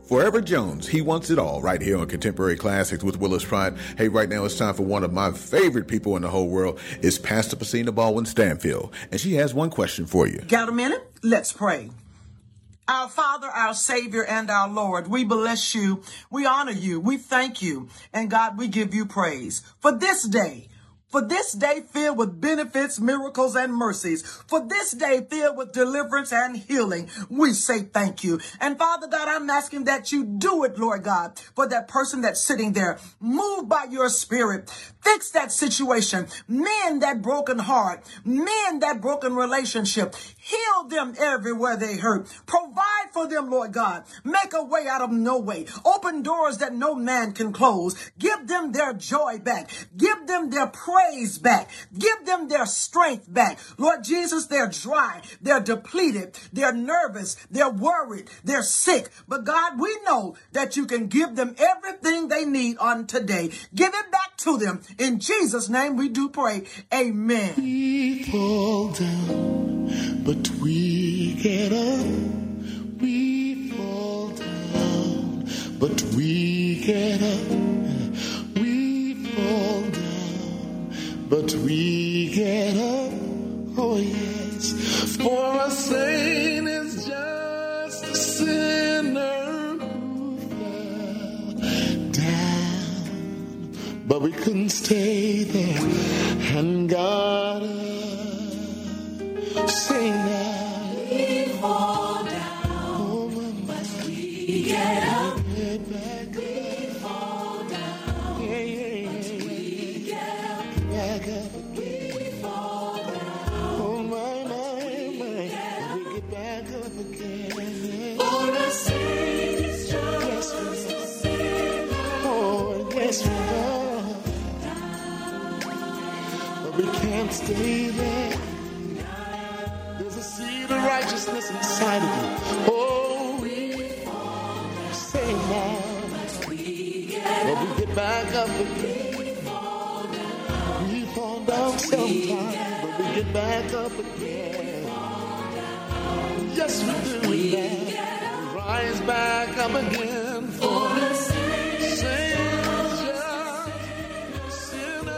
Speaker 4: Forever Jones, he wants it all right here on Contemporary Classics with Willis Pride. Hey, right now it's time for one of my favorite people in the whole world. It's Pastor Pasina Baldwin Stanfield, and she has one question for you.
Speaker 13: Got a minute? Let's pray. Our Father, our Savior, and our Lord, we bless you, we honor you, we thank you, and God, we give you praise for this day. For this day filled with benefits, miracles, and mercies. For this day filled with deliverance and healing. We say thank you. And Father God, I'm asking that you do it, Lord God, for that person that's sitting there. Move by your spirit. Fix that situation. Mend that broken heart. Mend that broken relationship. Heal them everywhere they hurt. Provide for them, Lord God. Make a way out of no way. Open doors that no man can close. Give them their joy back. Give them their praise back. Give them their strength back. Lord Jesus, they're dry. They're depleted. They're nervous. They're worried. They're sick. But God, we know that you can give them everything they need on today. Give it back to them. In Jesus' name we do pray. Amen.
Speaker 5: We fall down, but we get up. We fall down, but we get up. We fall down, but we get up. Oh, yes. For a saint is just a sinner who fell down. But we couldn't stay there and got up. Sing now. We fall down, but we get up. We fall down, but we get up. We fall down, oh my, my, my. We get back up again. For a saint is
Speaker 2: can't stay there. There's a seed of righteousness inside of you. Oh, we say more, but we get back up again. We fall down sometimes, but we get back up again. Yes, we do. We rise back up again for the Savior, sinner.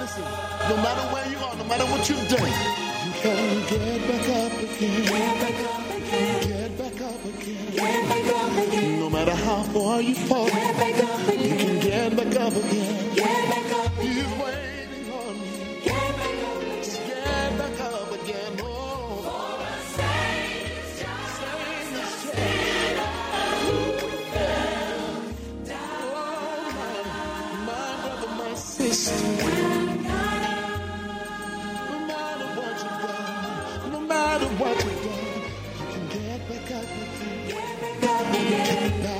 Speaker 2: Listen, no matter where you are, no matter what you've done, you can get back up again. Get back up again. Get back up again. Get back up again. No matter how far you fall, get back up again. you can get back up again. Get back up again. He's waiting on you. Get back up again. Just get back up again. Oh. For a savior, savior, savior who fell down. Oh, my, my brother, my sister. No matter what you've done, no matter what you've done, you can get back up again. Get back up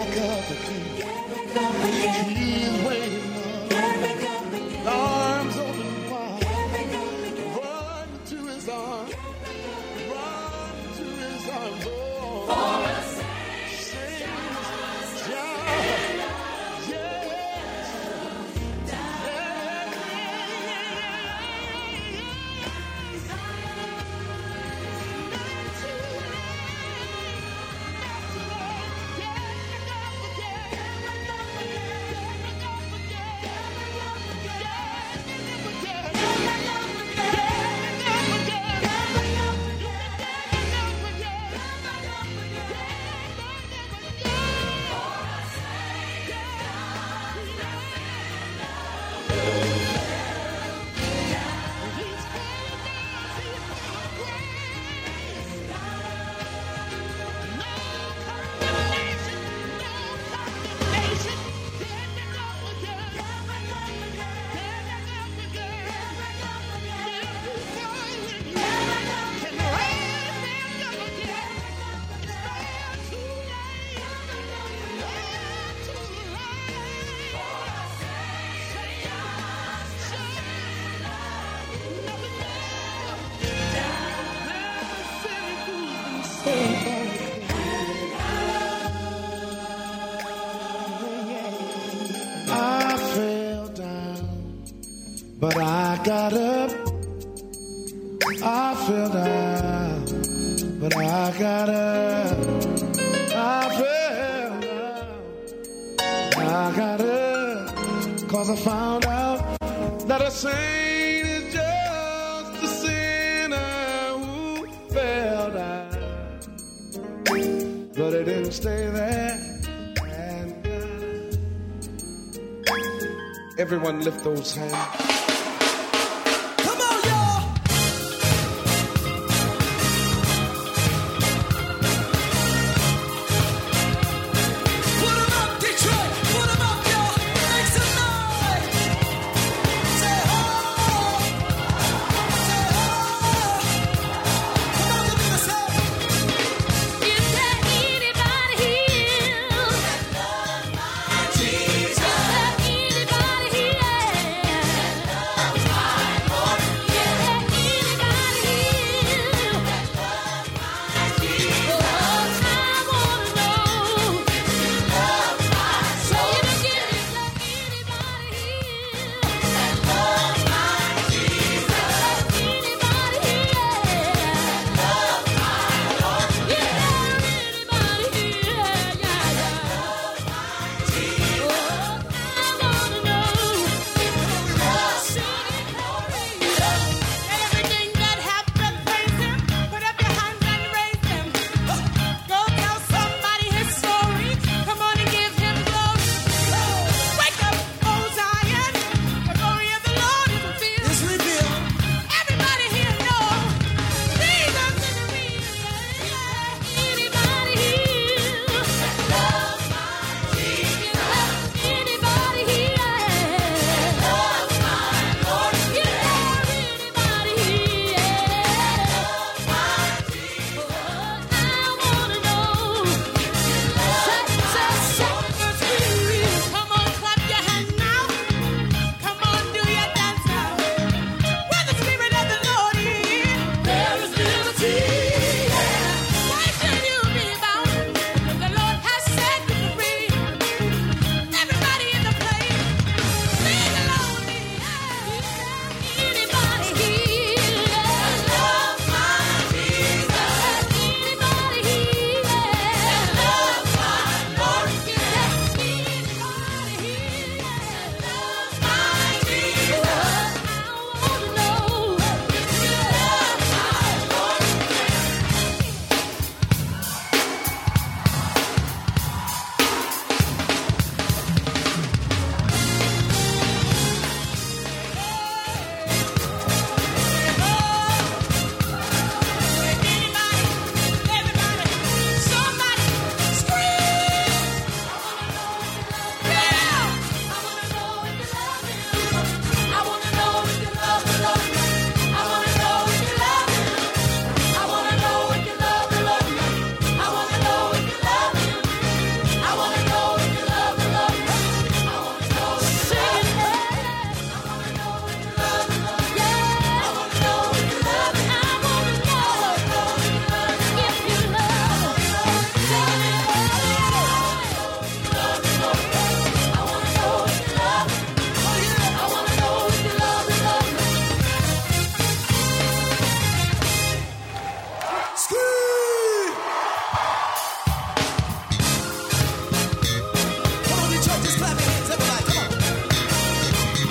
Speaker 2: again. Get back up again. Get back up again. He's waiting on. Get back up again. Arms open wide. Get back up again. Run to his arms. Get back up again. Run to his arms. Oh. For a savior, savior. I fell down, but I got up. I fell down, but I got up. I fell down, I got up, cause I found out that a saint is just a sinner who fell down. But it didn't stay there. And God. everyone lift those hands.
Speaker 5: Jesus. Uh,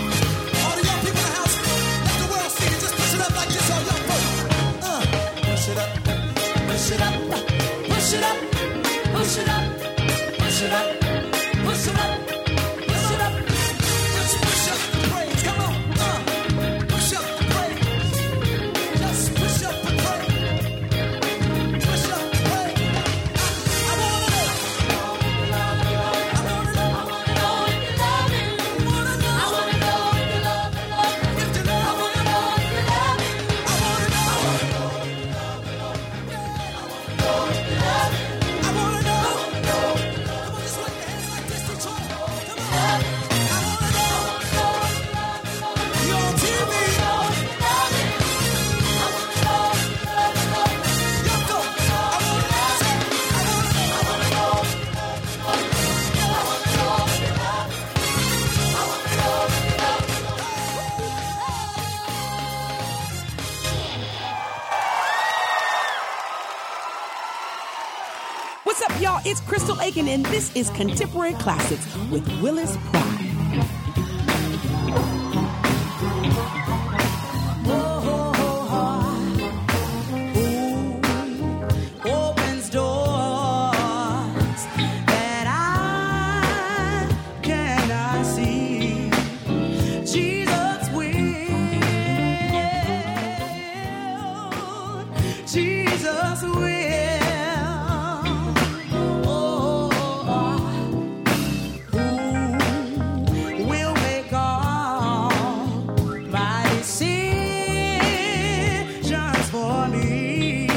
Speaker 5: Push it up, push it up, push it up, push it up. Just push up the praise, come on, uh. Push up the praise, just push up the praise, push up the praise. I want it all. I want it all. I want it all if you love me. I want it all if you love me. If you love me, I want it all if you love me. I want it all.
Speaker 14: What's up, y'all? It's Crystal Aiken, and this is Contemporary Classics with Willis Pride.
Speaker 5: Opens doors that I cannot see. Jesus will. Jesus will. Oh, who will make all my decisions for me?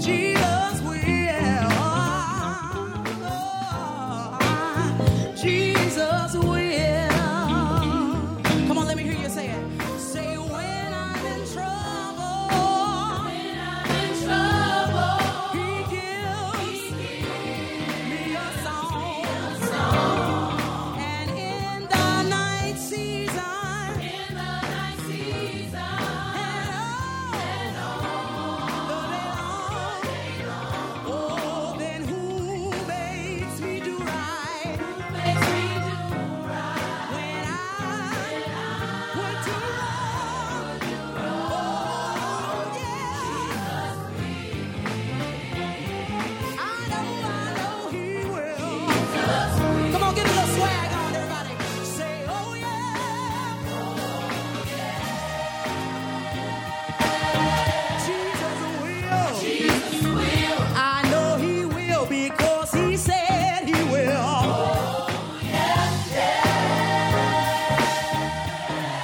Speaker 5: Jesus will. Jesus will. Come on, let me hear you say it. Say when I'm in trouble. When I'm in trouble. He gives, me a song. And in the night season. In the night season. And all. And all. The day long. Oh, then who makes me do right? Who makes me do right? When I would do Come on, give it a swag on everybody. Say, oh yeah. Jesus will. Jesus will. I know he will because he said he will.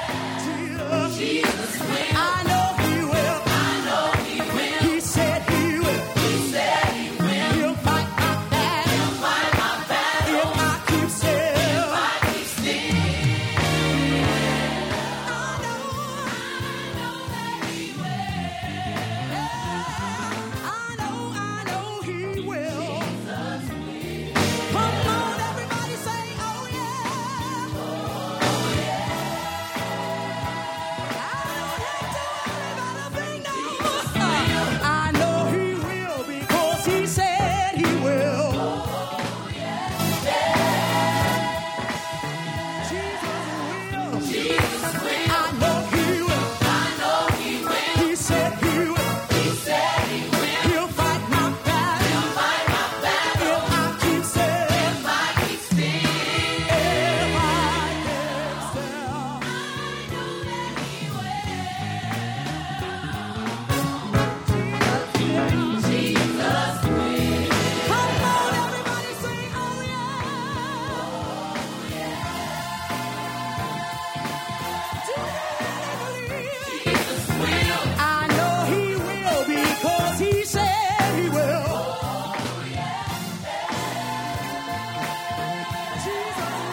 Speaker 5: Jesus. Jesus will. I know he will. I know he will. He said he will. He said he will. He'll fight my battle. He'll fight my battle. If I keep still. If I keep still. "Oh, I know he will because he said he will. Oh, Jesus will. I know he will. I know he will. He said he will. He said he will. He'll fight my battle. He'll fight my battle. If I keep still. If I keep still. If I keep still. I know he will because he said he will.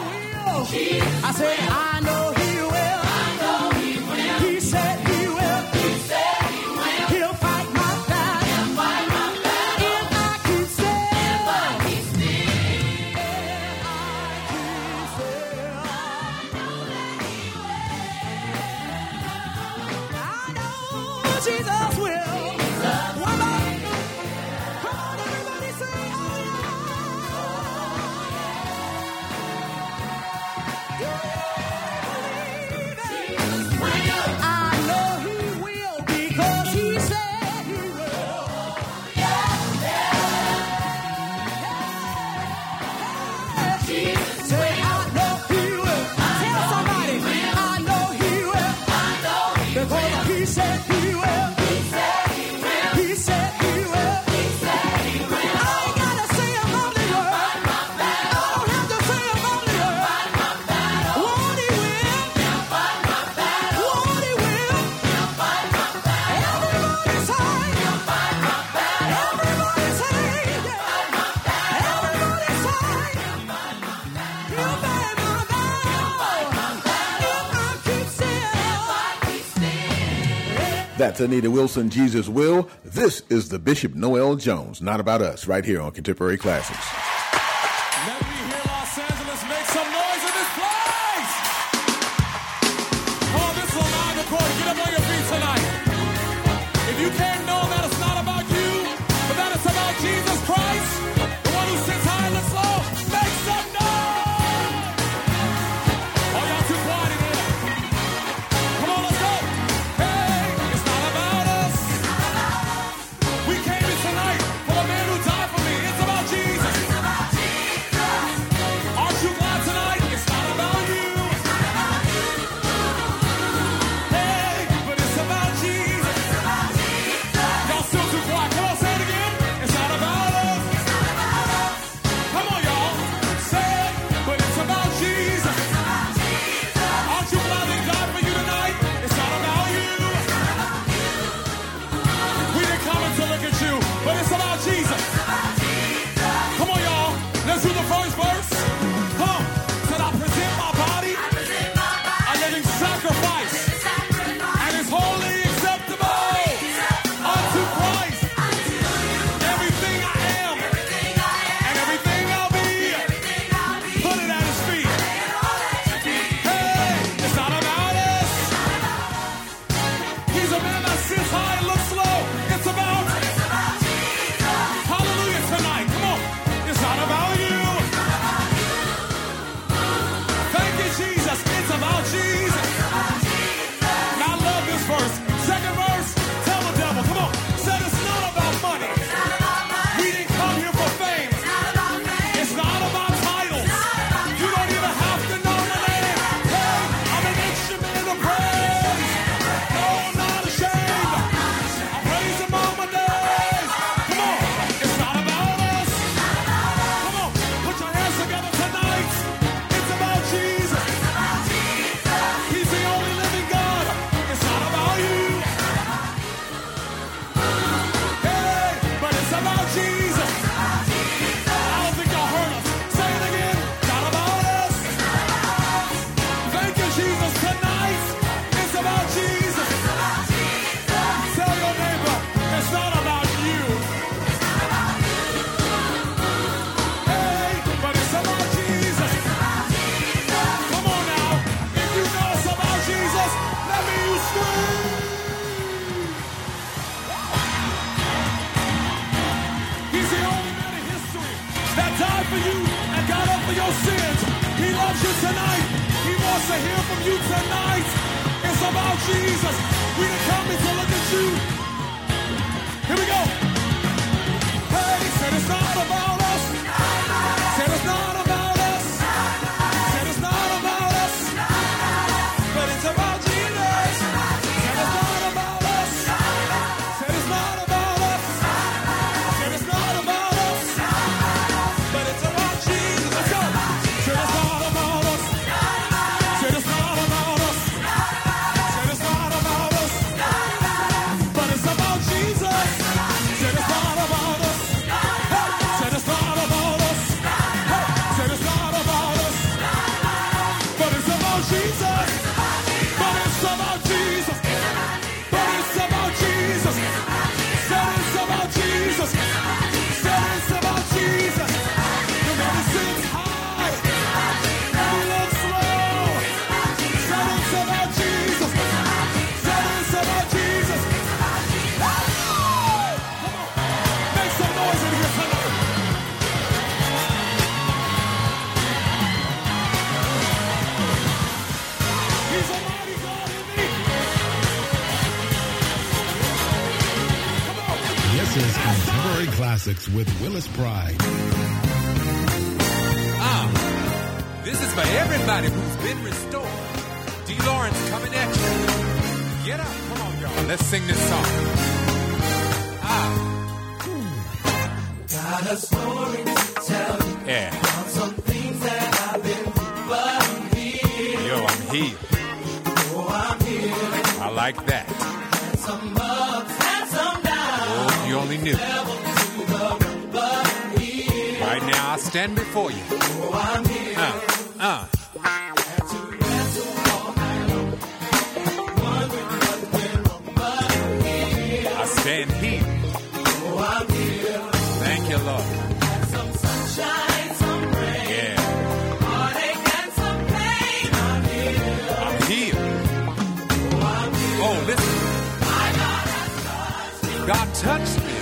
Speaker 5: I said, I know he will. I know he will. He said he will. He said he will. He'll fight my battle. He'll fight my battle. If I keep still. If I keep still. Oh, Jesus will. One more. Come on, everybody say, oh yeah.
Speaker 4: That's Anita Wilson, Jesus Will. This is the Bishop Noel Jones, Not About Us, right here on Contemporary Classics.
Speaker 2: Los Angeles, make some noise in this place! Oh, this is a live recording. Get up on your feet tonight. If you can't know that it's not about you, but that it's about Jesus Christ, the one who sits high and looks low, make some noise! Oh, y'all too quiet in here. Come on, let's go. Hey, it's not about us. We came here tonight for the man who died for me. It's about Jesus. It's about Jesus. Aren't you glad tonight? It's not about you. It's not about you. Hey, but it's about Jesus. It's about Jesus. Y'all still too quiet. Come on, say it again. It's not about us. It's not about us. Come on, y'all. Say it, but it's about Jesus. It's about Jesus. Aren't you glad they died for you tonight? It's not about you. It's not about you. We didn't come in to look at you, but it's about Jesus. It's about Jesus. Come on, y'all. Let's do the first verse. Come. Said I present my body. I present my body. A living sacrifice. And it's holy acceptable. Unto Christ. Everything I am. And everything I'll be. Put it at his feet. Hey, it's not about us. He's a man that sits high and looks low. It's about. Hallelujah tonight. Come on. It's not about you. Thank you, Jesus. It's about Jesus. Now I love this verse. Second verse. Tell the devil. Come on. Said it's not about money. We didn't come here for fame. It's not about titles. You don't even have to know my name. Hey, I'm an instrument of praise. No, I'm not ashamed. I'm praising all my days. Come on. It's not about us. Come on. Put your hands together tonight. It's about Jesus. He's the only living God. It's not about you. Hey, but it's about Jesus. I don't think y'all heard us. Say it again. Not about us. Thank you, Jesus. Tonight, it's about Jesus. Tell your neighbor, it's not about you. Hey, but it's about Jesus. Come on now. If you know it's about Jesus, let me you scream. He's the only man in history that died for you and got up for your sins. He loves you tonight. He wants to hear from you tonight. It's about Jesus. We didn't come here to look at you. Here we go. Hey, said it's not about us. Said it's not about us. Said it's not about us. But it's about Jesus. Said it's not about us. Said it's not about us. Said it's not about us. But it's about Jesus. Let's go. Said it's not about us. Said it's not about us. Said it's not about us. But it's about Jesus. Said it's not about us. Said it's not about us. ¡oh! Said it's not about us. But it's about oh, Jesus. But it's about Jesus. But it's about Jesus. Said it's about Jesus. Said it's about Jesus. oh, The one who sits high and he looks low. Said it's about Jesus. Said it's about Jesus. Woo! Come on. Make some noise in here tonight. He's a mighty God, isn't he?
Speaker 1: This is Contemporary Classics with Willis Pride.
Speaker 7: Ah, this is for everybody who's been restored. D. Lawrence coming at you. Get up, come on, y'all. Let's sing this song. Ah.
Speaker 5: Got a story to tell you
Speaker 7: Yeah,
Speaker 5: about some things that I've been through, but I'm here.
Speaker 7: yo, I'm healed.
Speaker 5: Oh, I'm here.
Speaker 7: I like that.
Speaker 5: Had some ups, had some downs.
Speaker 7: Oh, if you only knew.
Speaker 5: Devil to the root, but I'm here.
Speaker 7: Right now, I stand before you.
Speaker 5: Oh, I'm here.
Speaker 7: Uh, uh.
Speaker 5: Had to wrestle all night long. Wondering what went wrong, but I'm
Speaker 7: Oh, touched me.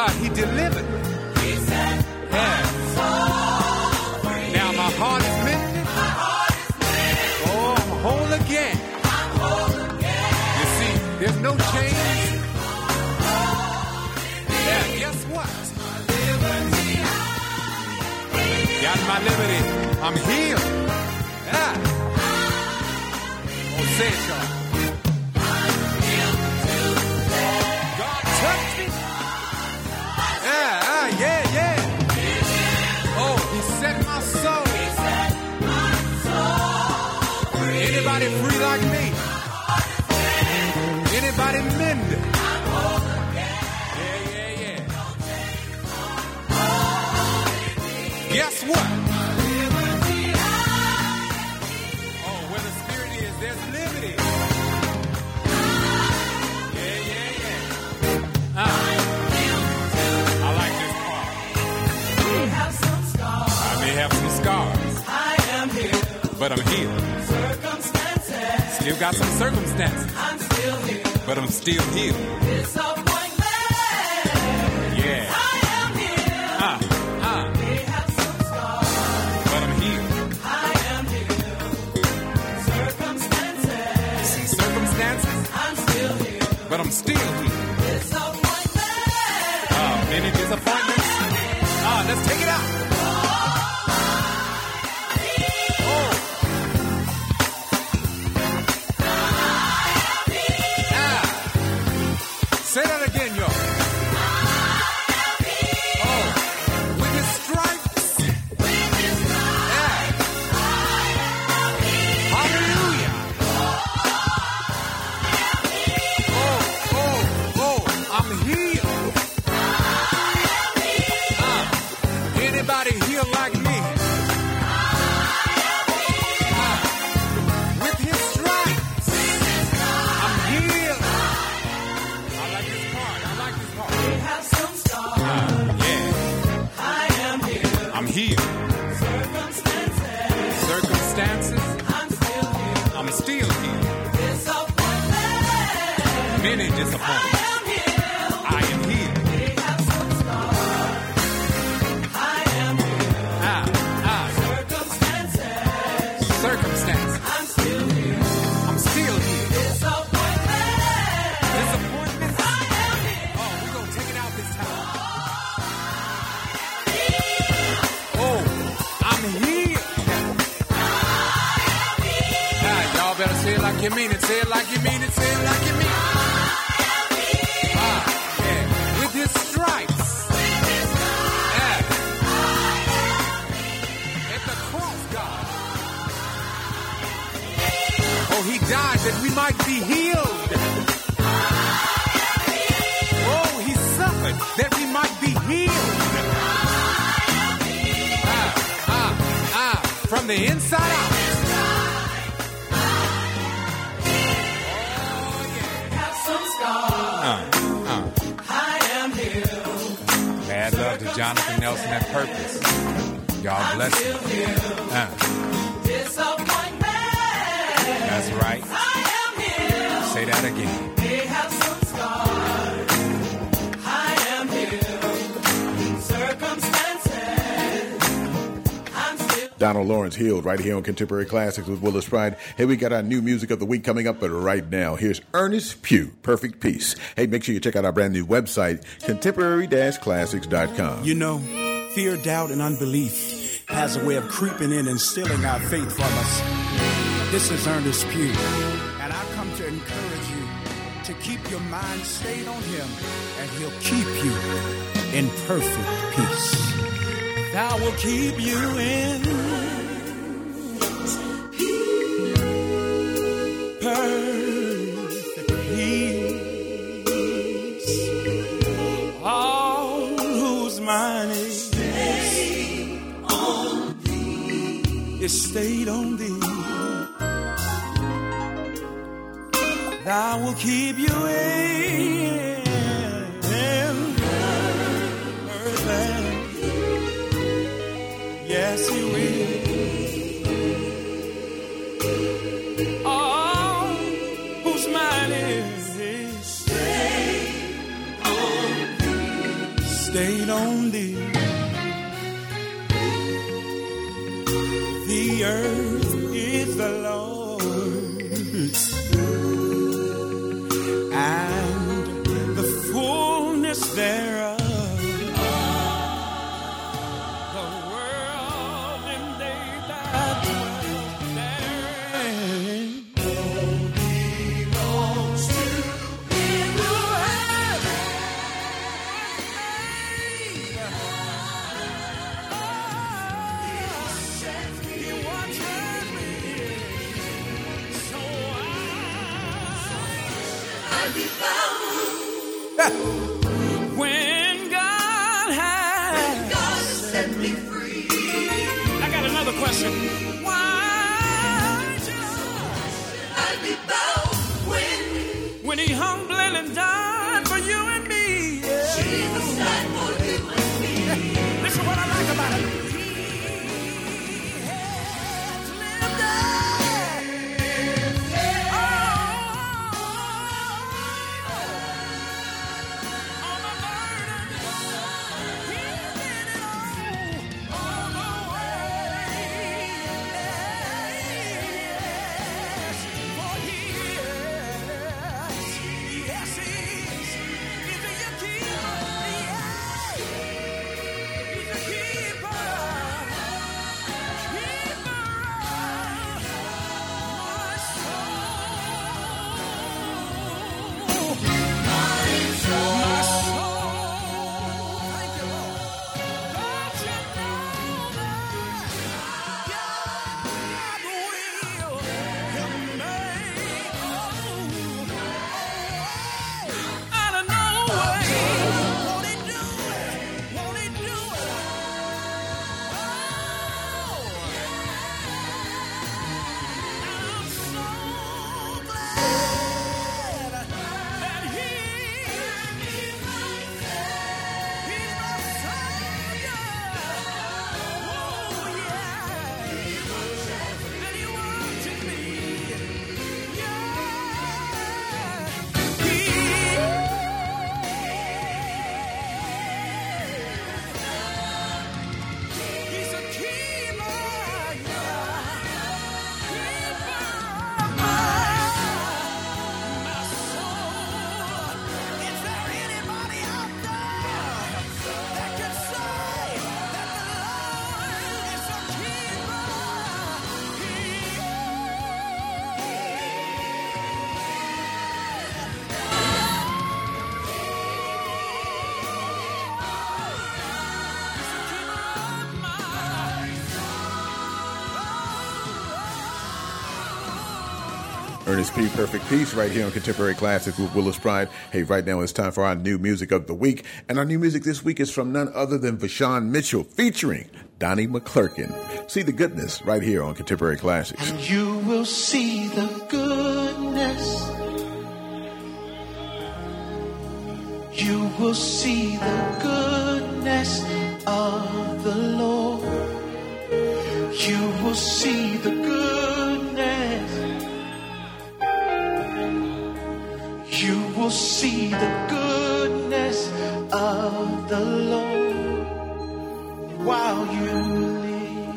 Speaker 7: Ah, he delivered me. He set my soul free. Now my heart is mended. My heart is mended. Oh, I'm whole again. I'm whole again. You see, there's no, change. Yeah, guess what? Got my liberty. I'm healed. Yeah. Oh, say it, y'all. God touched me. Yeah, ah, yeah, yeah. Oh, he set my soul. Anybody free like me? Anybody mended? Yeah, yeah, yeah. Guess what? Oh, where the spirit is, there's liberty. Yeah, yeah, yeah. Uh, I like this part.
Speaker 5: We have some scars.
Speaker 7: I may have some scars,
Speaker 5: I am here.
Speaker 7: but I'm healed.
Speaker 5: Circumstances.
Speaker 7: Still got some circumstances,
Speaker 5: I'm still here.
Speaker 7: but I'm still healed.
Speaker 5: Disappointment.
Speaker 7: Yeah.
Speaker 5: I am here.
Speaker 7: Uh, uh,
Speaker 5: We have some scars.
Speaker 7: but I'm healed.
Speaker 5: I am here. Circumstances.
Speaker 7: Some circumstances,
Speaker 5: I'm still here.
Speaker 7: but I'm still healed.
Speaker 5: Disappointment.
Speaker 7: Uh, many disappointments. Uh, let's take it out. Oh. Uh. Say that again, yo. Oh, with his stripes. Yeah. Hallelujah. Oh, oh, oh, I'm healed. Uh, anybody healed like me? Uh, with his stripes, I'm healed. I like this part. I like this part.
Speaker 5: We have some scars.
Speaker 7: Yeah,
Speaker 5: I am here.
Speaker 7: I'm healed.
Speaker 5: Circumstances.
Speaker 7: Circumstances,
Speaker 5: I'm still here.
Speaker 7: I'm still healed.
Speaker 5: Disappointment.
Speaker 7: Many disappointments.
Speaker 5: I am here.
Speaker 7: I am healed.
Speaker 5: We have some scars. I am here.
Speaker 7: Ah, ah,
Speaker 5: Circumstances.
Speaker 7: circumstances.
Speaker 5: I'm still here.
Speaker 7: I'm still healed.
Speaker 5: Disappointment.
Speaker 7: Disappointments. Oh, we're gonna take it out this time. Oh, I'm healed. Now, y'all better say it like you mean it. Say it like you mean it. Say it like you mean it. Ah, yeah. With his stripes. Yeah. At the cross, God. Oh, he died that we might be healed. Oh, he suffered that we might be healed. Ah, ah, ah, from the inside out.
Speaker 5: Have some scars.
Speaker 7: Uh, uh.
Speaker 5: I am here.
Speaker 7: Mad love to Jonathan Nelson at Purpose. Y'all bless him. Uh,
Speaker 5: Disappointment.
Speaker 7: that's right.
Speaker 5: I am here.
Speaker 7: Say that again.
Speaker 5: We have some scars. I am here. Circumstances. I'm still
Speaker 4: Donald Lawrence Hill right here on Contemporary Classics with Willis Pride. Hey, we got our new music of the week coming up, but right now, here's Ernest Pugh, Perfect Peace. Hey, make sure you check out our brand new website, contemporary-classics.com.
Speaker 9: You know, fear, doubt, and unbelief has a way of creeping in and stealing our faith from us. This is Ernest Pugh, and I come to encourage you to keep your mind stayed on Him, and He'll keep you in perfect peace.
Speaker 2: Thou will keep you in perfect peace. All whose mind is stayed on thee is stayed on thee. Thou will keep you in perfect Yes, he will. All whose mind is, is stayed
Speaker 5: the earth is the Lord's and the fullness thereof. The world and they that dwell therein. All belongs to Him who when God has God set me free. I got another question. Why should I be bound when when He humbled and died for you and me? Jesus died for you and me. Listen, what I like about it.
Speaker 4: Ernest P. Perfect Peace right here on Contemporary Classics with Willis Pride. Hey, right now it's time for our new music of the week. And our new music this week is from none other than Vashawn Mitchell featuring Donnie McClurkin. See the goodness right here on Contemporary Classics.
Speaker 2: You will see the goodness. You will see the goodness of the Lord. You will see the goodness. You will see the goodness of the Lord while you live.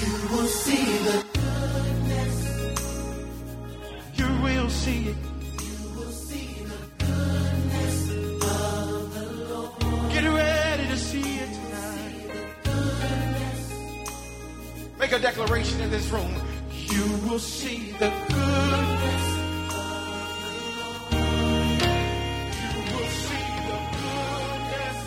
Speaker 2: You will see the goodness. You will see it. Get ready to see it tonight. Make a declaration in this room. You will see the goodness. You will see the goodness.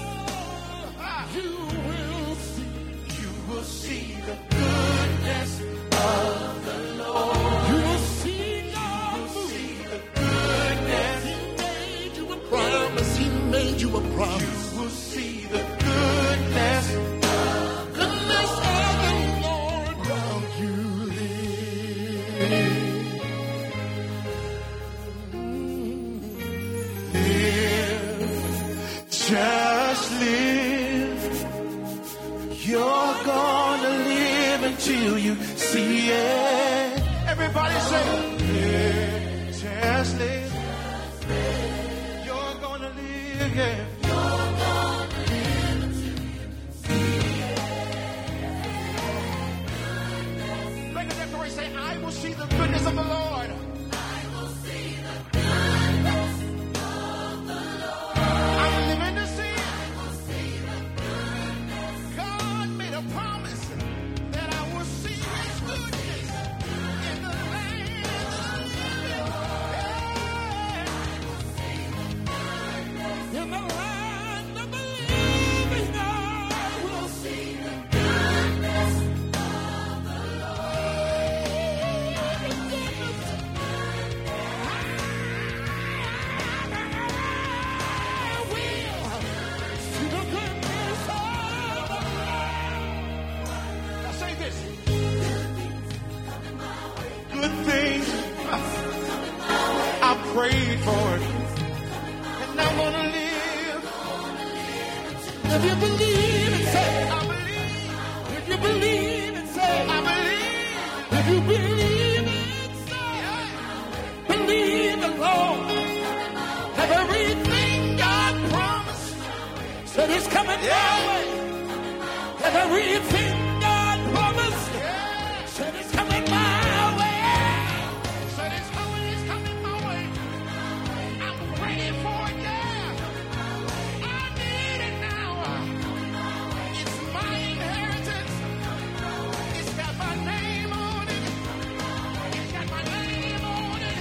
Speaker 2: You will see. You will see the goodness of the Lord. You will see. You will see the goodness. He made you a promise. He made you a promise. You will see the goodness. Goodness of the Lord while you live. Live, just live. You're gonna live until you see it. Everybody say, live, just live. You're gonna live, yeah. You're gonna live until you see it.
Speaker 5: will see the goodness of the Lord. I'm living to see it. God made a promise that I will see His goodness in the land of the living. Yeah. In the land of the living, I will see the goodness of the Lord. The goodness
Speaker 6: Good things. I prayed for it.
Speaker 5: And I'm gonna live. If you believe and say, I believe. If you believe and say, I believe. If you believe and say, believe the Lord. Have everything God promised. Said it's coming your way. Have everything God promised. Said it's coming my way. Said it's coming, it's coming my way. I'm ready for it, yeah. I need it now. It's my inheritance. It's got my name on it. It's got my name on it.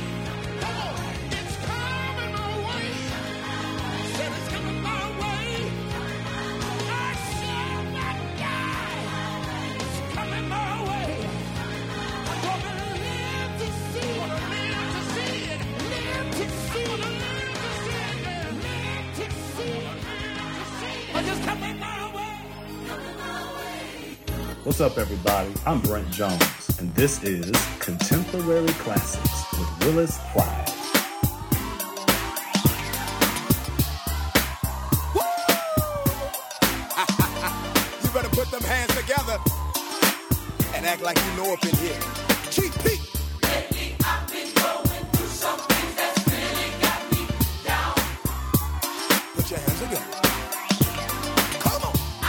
Speaker 5: Come on, it's coming my way. Said it's coming my way. I shall not die. It's coming my way. I'm gonna live to see it. Live to see it. Live to see it. Live to see it. Live to see it. But it's coming my way.
Speaker 9: What's up, everybody? I'm Brent Jones, and this is Contemporary Classics with Willis Pride.
Speaker 2: You better put them hands together and act like you know up in here. Keep peek.
Speaker 6: Lately, I've been going through some things that's really got me down.
Speaker 2: Put your hands together.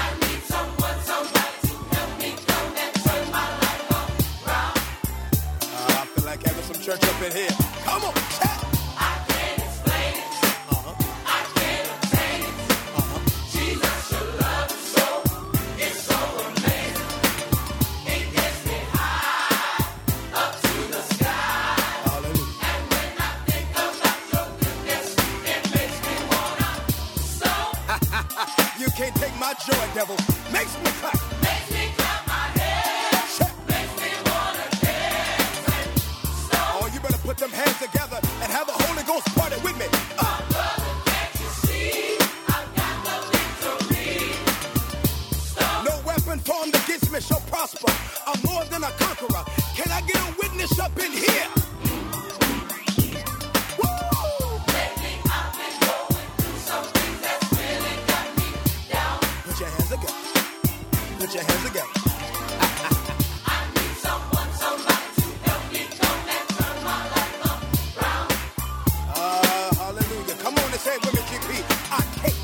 Speaker 6: I need someone, somebody to help me come and turn my life around.
Speaker 2: Uh, I feel like having some church up in here. Come on.
Speaker 6: I can't explain it. I can't obtain it. Jesus, your love is so, it's so amazing. It gets me high up to the sky. And when I think about your goodness, it makes me wanna so.
Speaker 2: [LAUGHS] you can't take my joy, devil. Makes me clap.
Speaker 6: Makes me clap my hands. Makes me wanna dance and
Speaker 2: Oh, you better put them hands together and have a Holy Ghost party with me. Uh, no weapon formed against me shall prosper. I'm more than a conqueror. Can I get a witness up in here? Put your hands together. Put your hands together. Uh, hallelujah. Come on and say it with me, GP. I can't.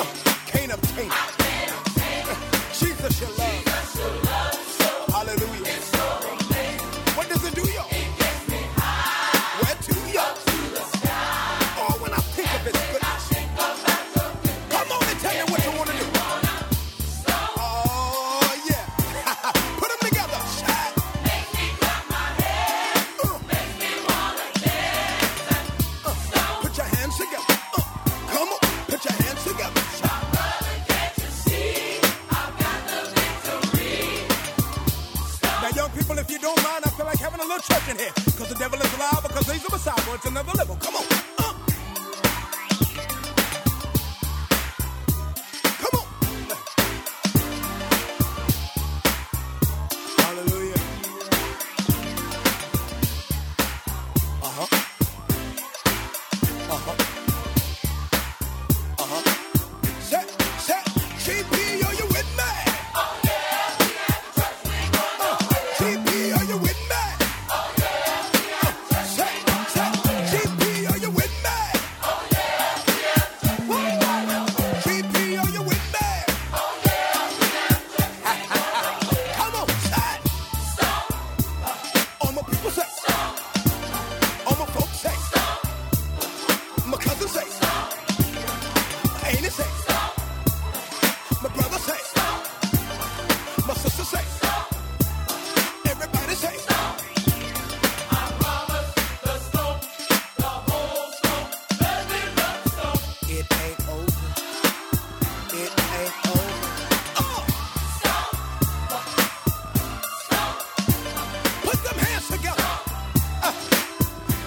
Speaker 2: Uh, can't obtain it. [LAUGHS] Jesus, your love. Hallelujah. What does it do, y'all? Where to, y'all? Oh, when I think of His goodness. Come on and tell me what you want to do. Oh, yeah. Put them together. Shout. Put your hands together. Uh, come on. Put your hands together. Now, young people, if you don't mind, I feel like having a little church in here. Because the devil is alive, because he's a Messiah, but it's another level. Come on. Uh. Come on. [LAUGHS] Hallelujah. Uh huh. Uh-huh. Uh-huh. Set, set, GP, are you with me? Oh, yeah, we at church, we gonna GP, are you with me? Oh, yeah, we at church, we gonna GP, are you Uh,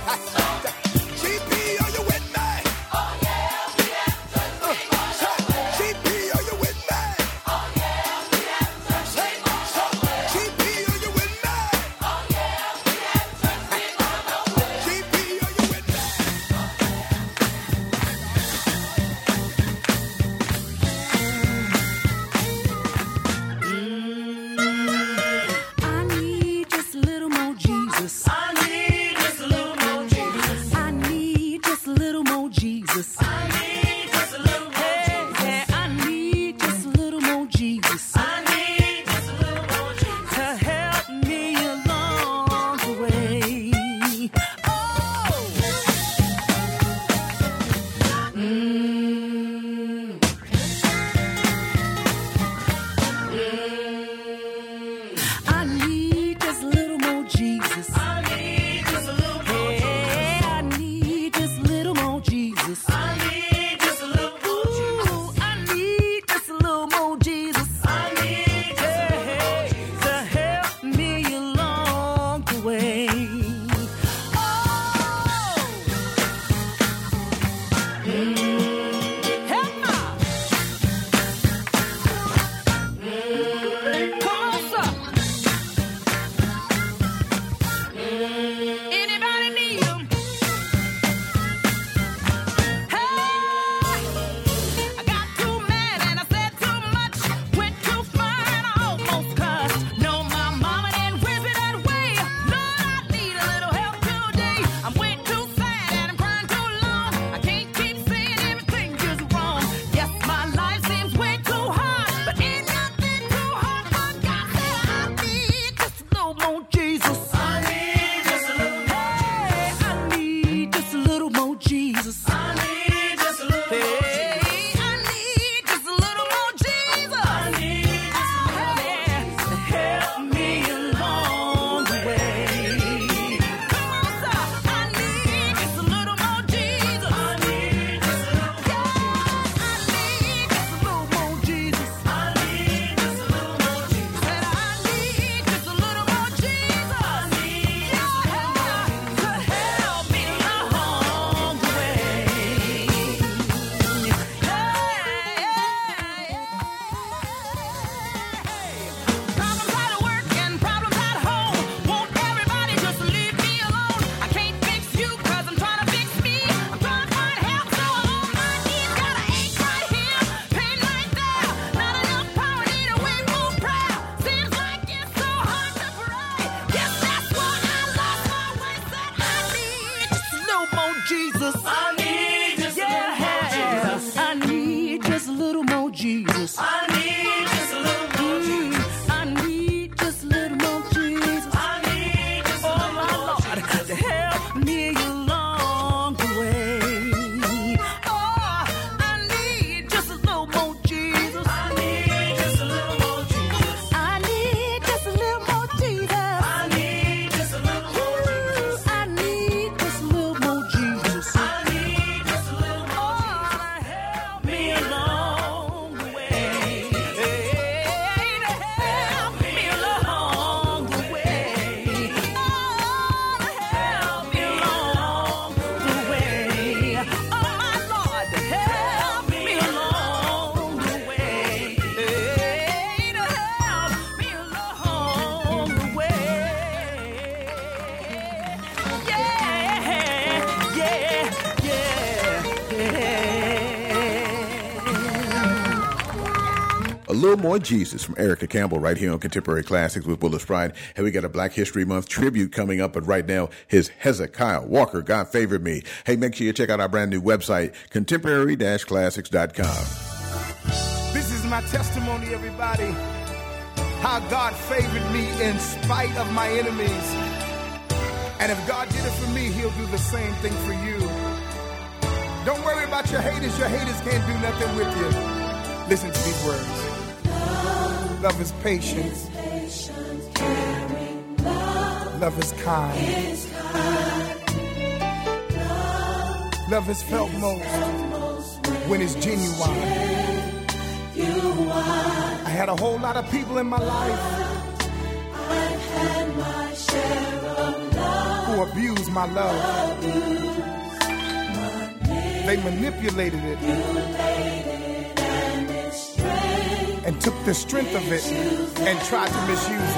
Speaker 2: Uh,
Speaker 5: Mm. Mm. I need just a little more Jesus. I need just a little more Jesus. I need just a little more Jesus. I need just a little more Jesus. I need just a little more Jesus. I need just a little more Jesus. To help me along the way. Oh. Mm. Help me. Come on, sir. Anybody need 'em? Hey, I got too mad and I said too much. Went too far and I almost cussed. No, my mama didn't whip it that way. Lord, I need a little help today. I'm way too sad and I'm crying too long. I can't keep saying everything is wrong. Yes, my life seems way too hard, but ain't nothing too hard for God. Said I need just a little more Jesus. I need just a little. Hey, I need just a little more Jesus. I need just a little. Hey, I need just a little more Jesus. I need just a little more Jesus. Help me along the way. Come on, sir. I need just a little more Jesus. I need just a little. Yeah, I need just a little more Jesus. I need just a little more Jesus. Said I need just a little more Jesus. I need just a little more Jesus. To help me along the way. Working problems at home. Won't everybody just leave me alone? I can't fix you 'cause I'm trying to fix me. I'm trying to find help, so I'm on my knees. Got an ache right here, pain right there. Not enough power, need a way more prayer. Seems like it's so hard to pray. Guess that's why I lost my way. Said I need just a little more Jesus. I need just a little more Jesus. I need just a little more Jesus. I need just a little more Jesus. I need just a little more Jesus. I need just a little more Lord, Jesus. To help me along the way. Oh, I need just a little more Jesus. I need just a little more Jesus. I need just a little more Jesus. I need just a little more Jesus. I need just a little more Jesus. I need just a little more Jesus. Oh, help me along the way. Help me along the way. Help me along the way. Oh, my Lord, help me along the way. Help me along the way. Yeah, yeah, yeah, yeah.
Speaker 4: A little more Jesus from Erica Campbell right here on Contemporary Classics with Willis Pride. Hey, we got a Black History Month tribute coming up, but right now, his Hezekiah Walker, God favored me. Hey, make sure you check out our brand new website, contemporary-classics.com.
Speaker 6: This is my testimony, everybody. How God favored me in spite of my enemies. And if God did it for me, He'll do the same thing for you. Don't worry about your haters. Your haters can't do nothing with you. Listen to these words Love is patient, love is kind, love is felt most when it's genuine. I had a whole lot of people in my life who abused my love. They manipulated it and took the strength of it and tried to misuse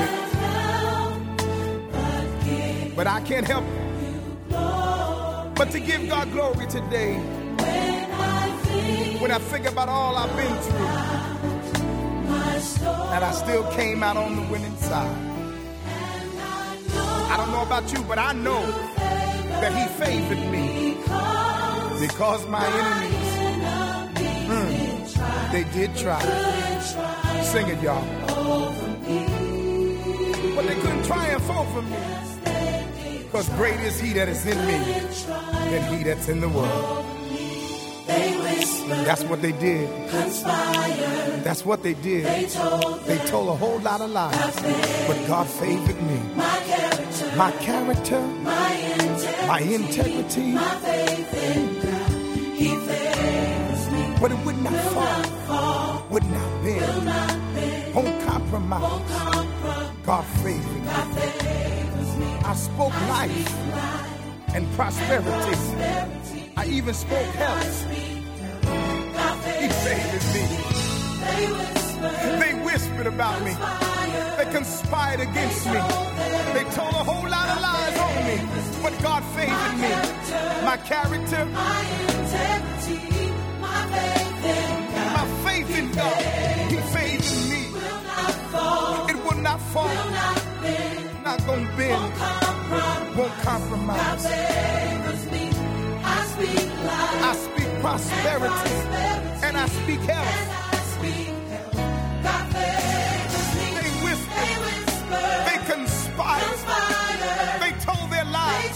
Speaker 6: it. But I can't help but to give God glory today. When I think about all I've been through, and I still came out on the winning side. I don't know about you, but I know that He favored me. Because my enemies, mm, they did try. Sing it, y'all. But they couldn't triumph over me. Because great is he that is in me than he that's in the world. That's what they did.
Speaker 15: Conspire.
Speaker 6: That's what they did.
Speaker 15: They told
Speaker 6: They told a whole lot of lies. But God favored me.
Speaker 15: My character.
Speaker 6: My character.
Speaker 15: My integrity.
Speaker 6: My integrity.
Speaker 15: My faith in God. He favors me.
Speaker 6: But it would not
Speaker 15: Will
Speaker 6: fall.
Speaker 15: not fall.
Speaker 6: Would not bend.
Speaker 15: Will not bend.
Speaker 6: Won't compromise.
Speaker 15: Won't compromise.
Speaker 6: God favored me.
Speaker 15: God favors me.
Speaker 6: I spoke
Speaker 15: I
Speaker 6: life
Speaker 15: speak life
Speaker 6: and
Speaker 15: and
Speaker 6: prosperity.
Speaker 15: prosperity.
Speaker 6: I even spoke
Speaker 15: I
Speaker 6: health.
Speaker 15: speak God
Speaker 6: He
Speaker 15: favors
Speaker 6: favored me.
Speaker 15: They whisper.
Speaker 6: They whispered about me. They conspired against me. They told a whole lot of lies on me. But God favored me. My character,
Speaker 15: My integrity. My faith in God.
Speaker 6: my faith in God, He favored me. It will not fall. Not gonna bend. Won't compromise. I speak prosperity. And I speak health. They whispered. They conspired. They told their lies.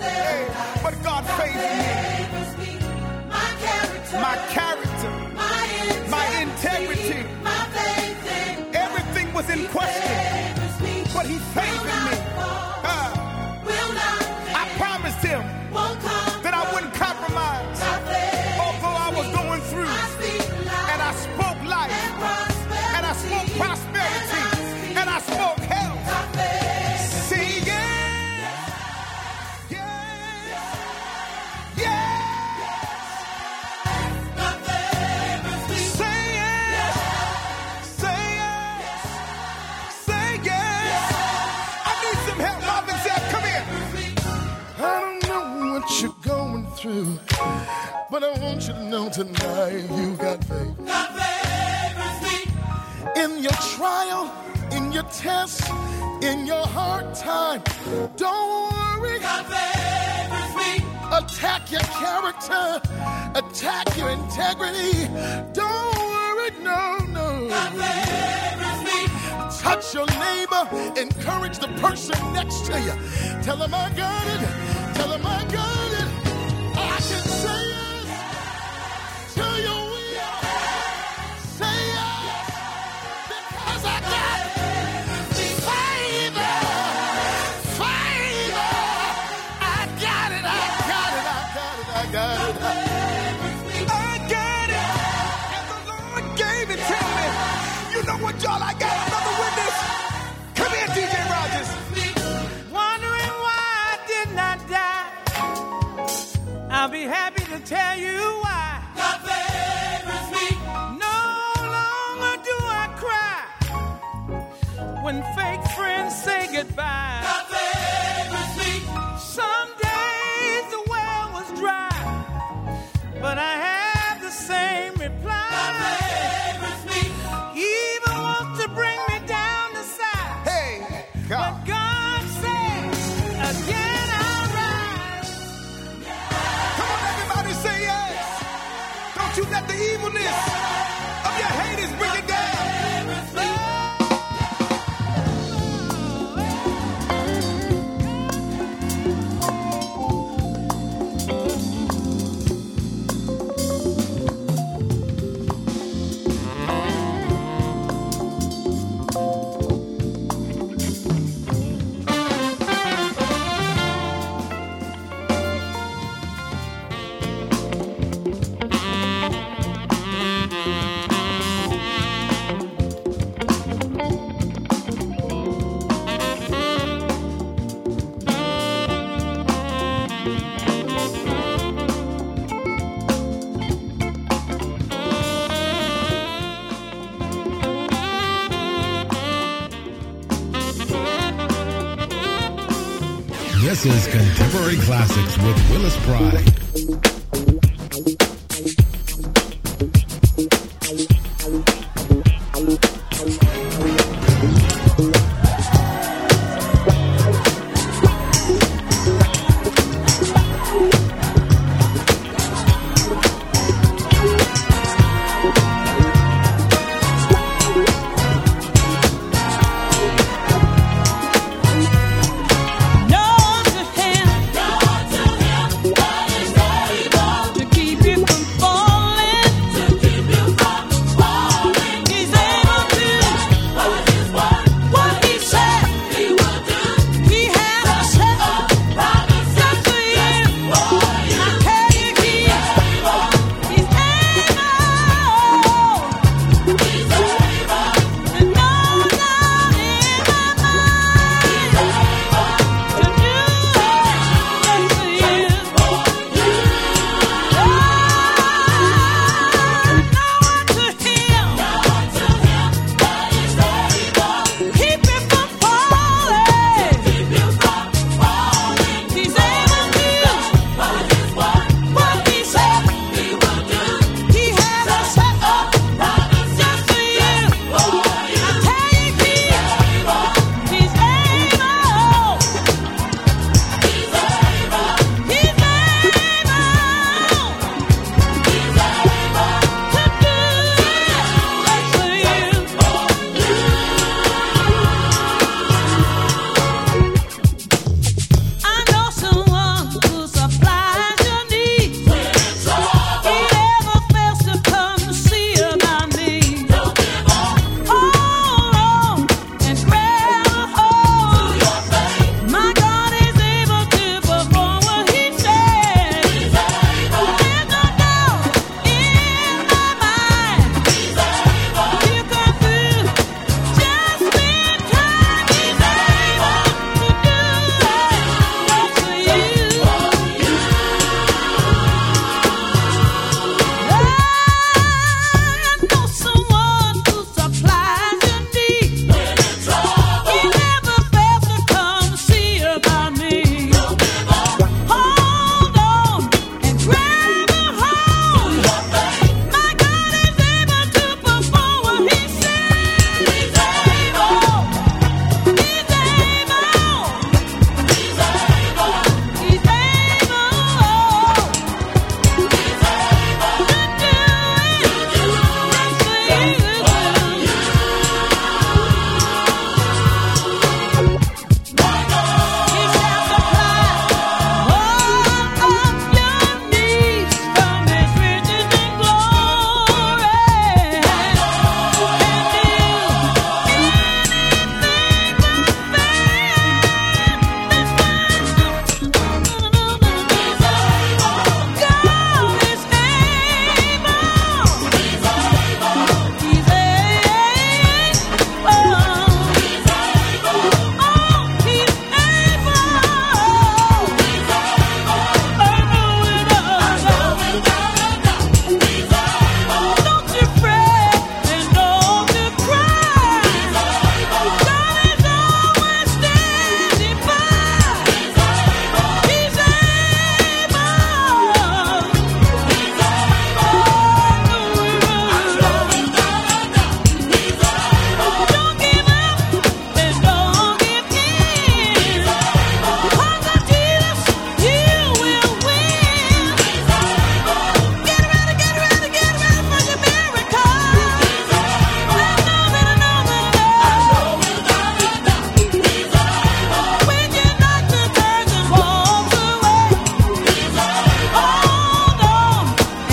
Speaker 6: Hey, But God favored me. My character, my integrity, everything was in question. But He favored me. Ah, I promised Him that I wouldn't compromise. Although I was going through, and I spoke life, and I spoke prosperity, and I spoke health. See, yeah, yeah, say it, say it, say yes. I need some help, Mom and Zach. Come here.
Speaker 11: I don't know what you're going through, but I want you to know tonight you got faith. In your trial, in your test, in your hard time, don't worry. Attack your character, attack your integrity. Don't worry, no, no. Touch your neighbor, encourage the person next to you. Tell them I got it. Tell them I got it. I can say it. Till you will. Say it. Because I got favor. Favor. I got it. I got it. I got it. I got it.
Speaker 6: I got it. And the Lord gave it to me. You know what, y'all? I got another witness. Come here, DJ Rogers.
Speaker 2: Wondering why I did not die. I'll be happy to tell you why. God favors me. No longer do I cry when fake friends say goodbye. God favors me. Some days the well was dry, but I have the same reply. God favors me. Evil wants to bring me down to size. Hey, God. But God says, again I rise.
Speaker 6: Come on, everybody, say yes. Don't you let the evilness of your haters bring you down.
Speaker 1: This is Contemporary Classics with Willis Pride.
Speaker 5: Oh,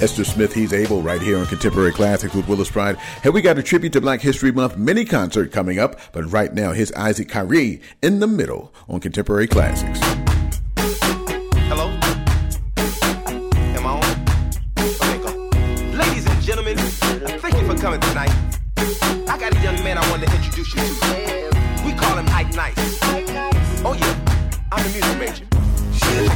Speaker 4: Esther Smith, he's able right here on Contemporary Classics with Willis Pride. Hey, we got a tribute to Black History Month mini concert coming up, but right now here's Isaac Kyrie in the middle on Contemporary Classics.
Speaker 6: Hello? Am I on? Okay, go. Ladies and gentlemen, thank you for coming tonight. I got a young man I want to introduce you to. We call him Ike Nice. Oh, yeah. I'm the music major.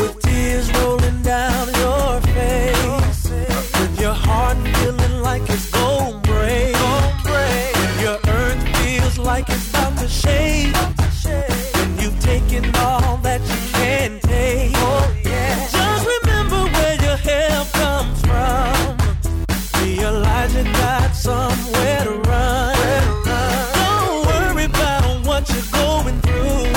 Speaker 2: With tears rolling down your face, with your heart feeling like it's gonna break, and your earth feels like it's about to shake, and you've taken all that you can take. Oh, Just remember where your help comes from. Realize you got somewhere to run. Don't worry about what you're going through.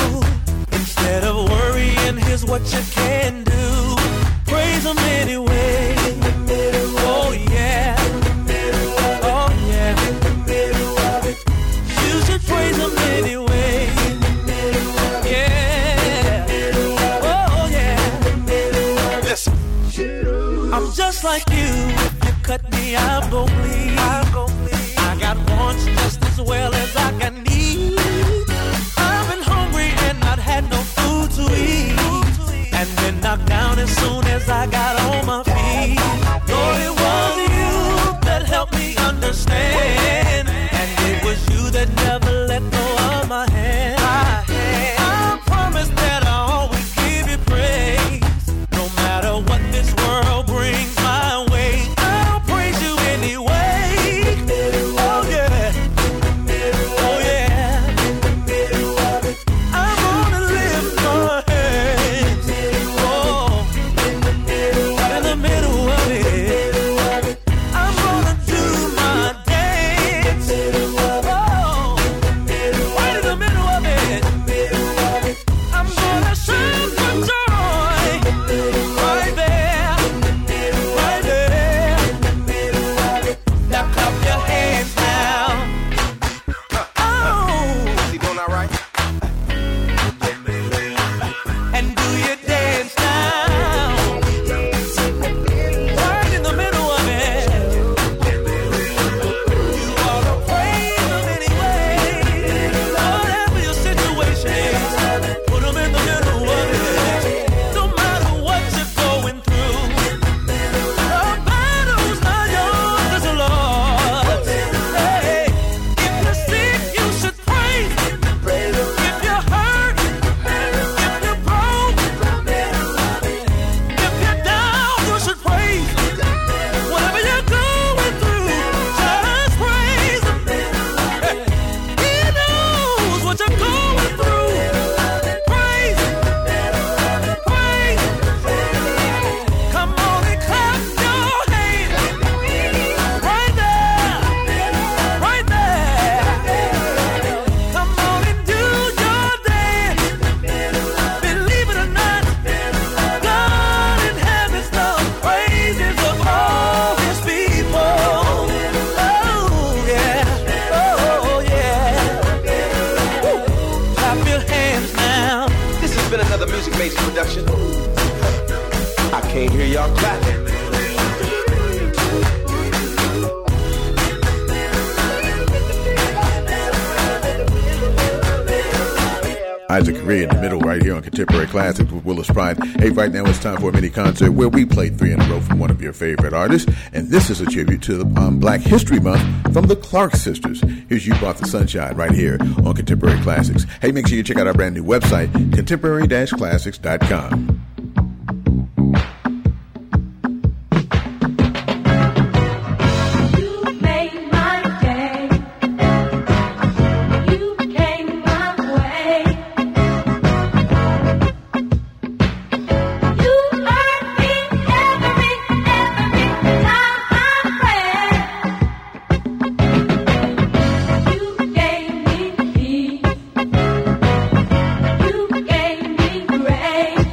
Speaker 2: Instead of worrying, here's what you can do. Praise them anyway. In the middle oh yeah. In the middle of it. Oh yeah. In the middle of it. You should praise them anyway. In the middle of it. Yeah. Oh yeah. In the middle of it. Listen. I'm just like you. If you cut me, I'm gon' bleed. I'm gon' bleed. I got wants just as well as I got need. I've been hungry and not had no food to eat. And been knocked down as soon as I got on my feet. Lord, it was you that helped me understand. And it was you that never let go of my hand. I promise that I'll always give you praise. No matter what this world brings my way, I'll praise you anyway. Oh yeah. Oh yeah. I'm gonna lift my hands. Oh. In the middle of it. I'm gonna do my dance. Oh. Right in the middle of it. I'm gonna shout for joy. Right there. Right there. Now clap your hands now. Oh.
Speaker 6: Is he doing all right?
Speaker 2: And do your dance now. Right in the middle of it. You are the praise of any way. Whatever your situation, put 'em in the middle of it. No matter what you're going through, the battle's not yours, it's the Lord's. Hey, if you're sick, you should praise Him. If you're hurt, if you're broke, if you're down, you should praise Him. Whatever you're going through, just praise Him. Hey, He knows what you're going through. Praise Him. Praise Him. Come on and clap your hands. Right there. Right there. Come on and do your dance. Believe it or not, God inhabits the praises of all his people. Oh, yeah. Oh, yeah. Woo. Clap your hands now.
Speaker 6: This has been another Music Major production. I can't hear y'all clapping.
Speaker 4: Isaac Korea in the middle right here on Contemporary Classics with Willis Pride. Hey, right now it's time for a mini concert where we play three in a row from one of your favorite artists. And this is a tribute to the um, Black History Month from the Clark Sisters. Here's You Brought the Sunshine right here on Contemporary Classics. Hey, make sure you check out our brand new website, contemporary-classics.com.
Speaker 2: Made my day. You came my way. You earned me every, every time I prayed. You gave me peace. You gave me grace.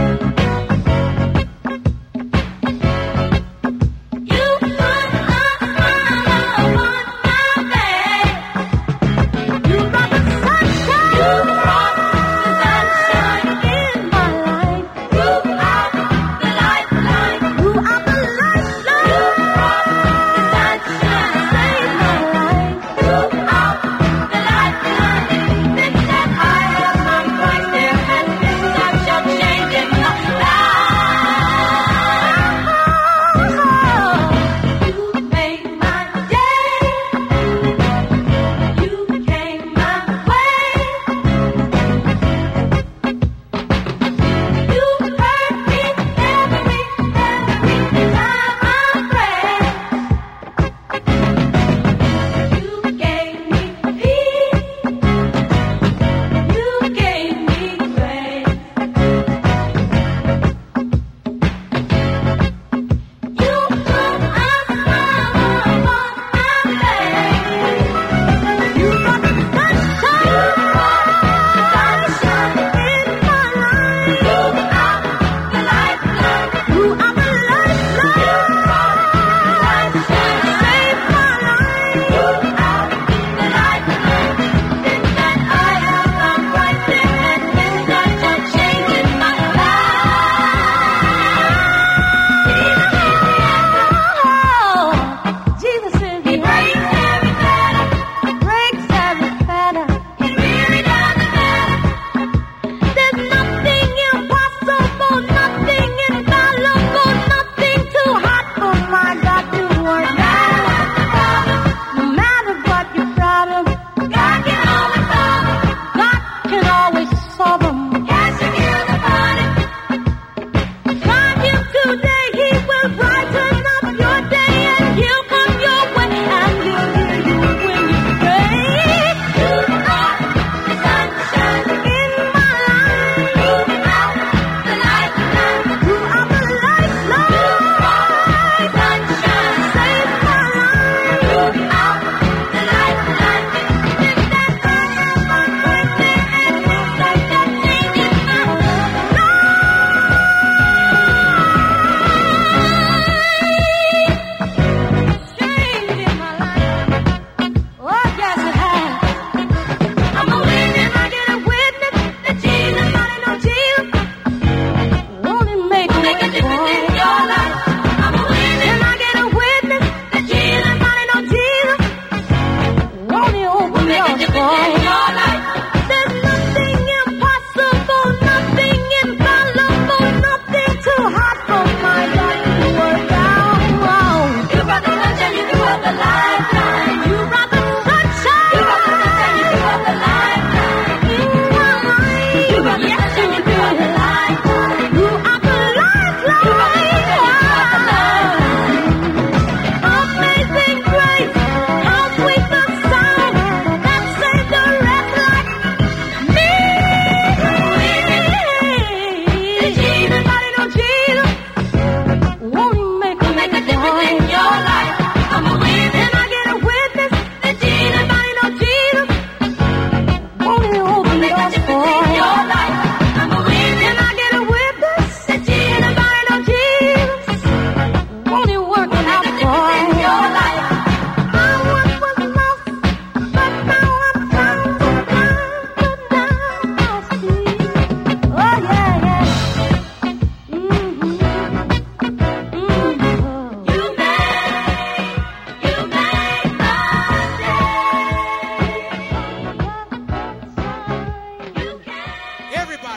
Speaker 5: Oh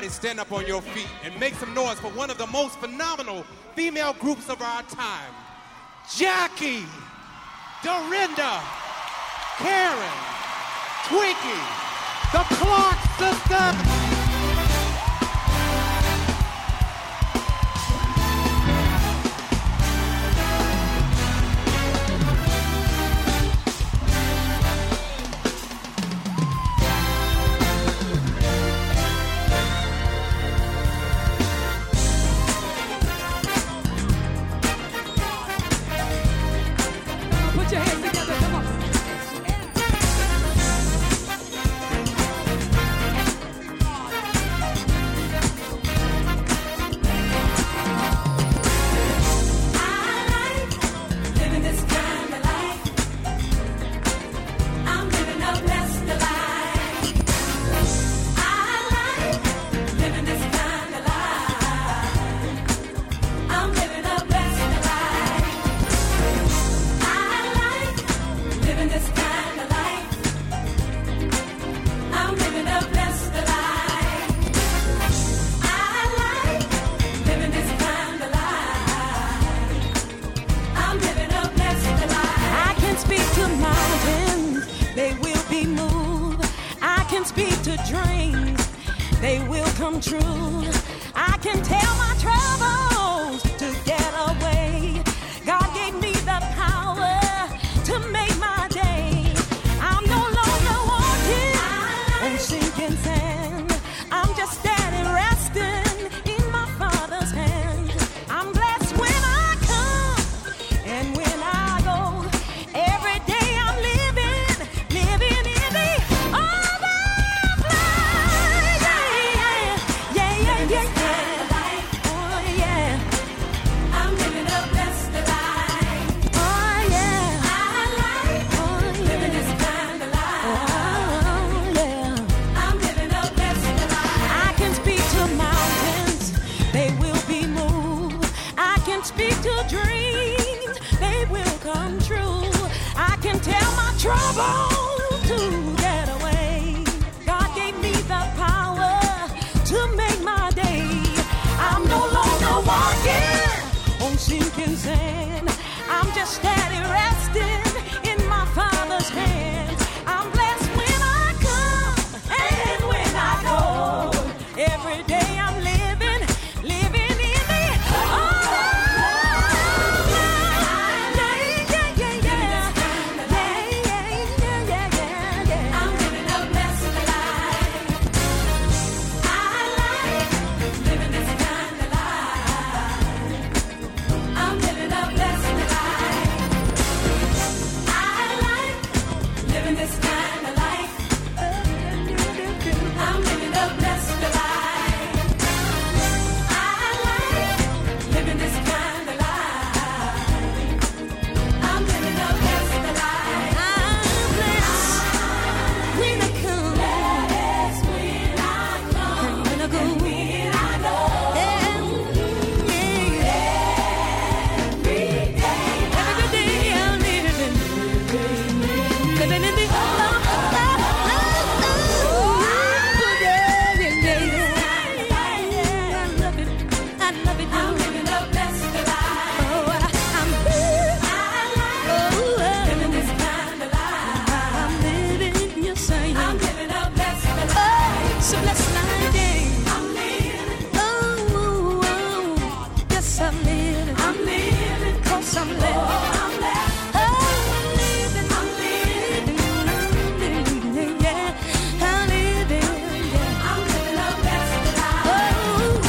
Speaker 7: stand up on your feet and make some noise for one of the most phenomenal female groups of our time Jackie, Dorinda, Karen, Twinkie, the Clark Sisters.
Speaker 3: Put your hands together, come on.
Speaker 5: Living this kind of life. I'm living a blessed life. I like living this kind of life. I'm living a blessed life. I like living this kind of life. I'm living a blessed life. I like living this kind of life. I'm living a blessed life.
Speaker 3: I can speak to mountains, they will be moved. I can speak to dreams, they will come true. I can tell my troubles to get away. God gave me the power to make my day. I'm no longer wanting on sinking sand. I'm just standing, resting in my Father's hand. I'm blessed when I come. And when I go, every day I'm living, living in the overflow. Yeah, yeah, yeah, yeah, yeah, yeah. Oh, yeah.
Speaker 5: I'm living a blessed life.
Speaker 3: Oh, yeah.
Speaker 5: I like living this kind of life.
Speaker 3: Oh, yeah.
Speaker 5: I'm living a blessed life.
Speaker 3: I can speak to mountains, they will be moved. I can speak to dreams, they will come true. I can tell my trouble to get away. God gave me the power to make my day. I'm no longer walking on sinking sand. I'm just steady resting in my Father's hand. I'm blessed when I come and when I go. Every day I'm living, living in the
Speaker 5: I'm living a blessed life. I like living this kind of life. I'm living a blessed life. Oh, Oh,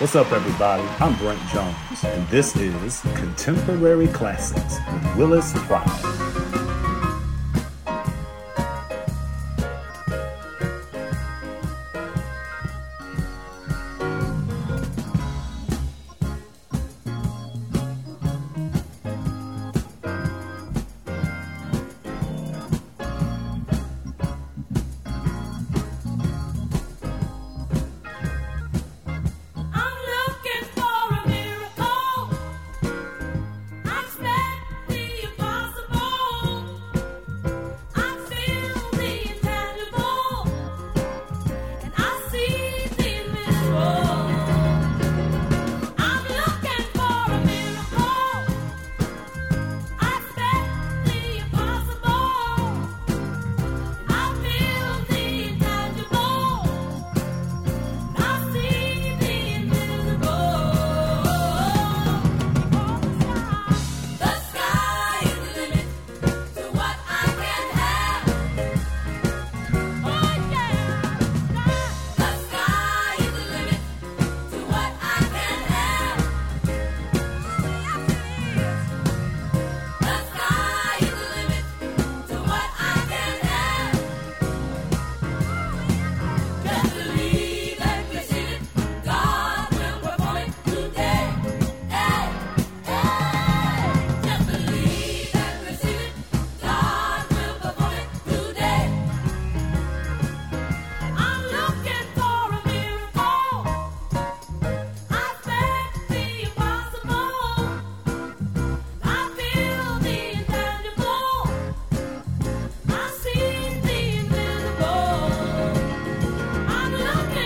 Speaker 9: What's up, everybody? I'm Brent Jones, and this is Contemporary Classics with Willis Pride.
Speaker 5: I'm looking for a miracle. I expect the impossible. I feel the intangible, and I see the miracle. I'm looking for a miracle. I expect the impossible. I feel the intangible. I see the invisible. The sky is the limit to what I can have. Oh yeah. The sky is the limit to what I can have. The sky is the limit to what I can have. Just believe and receive it. God will perform it today. Hey, hey. Just believe and receive it. God will perform it today. I'm looking for a miracle. I expect the impossible. I feel the intangible. I see the invisible. I'm looking for a miracle. I expect the impossible. I feel the intangible. I see the invisible.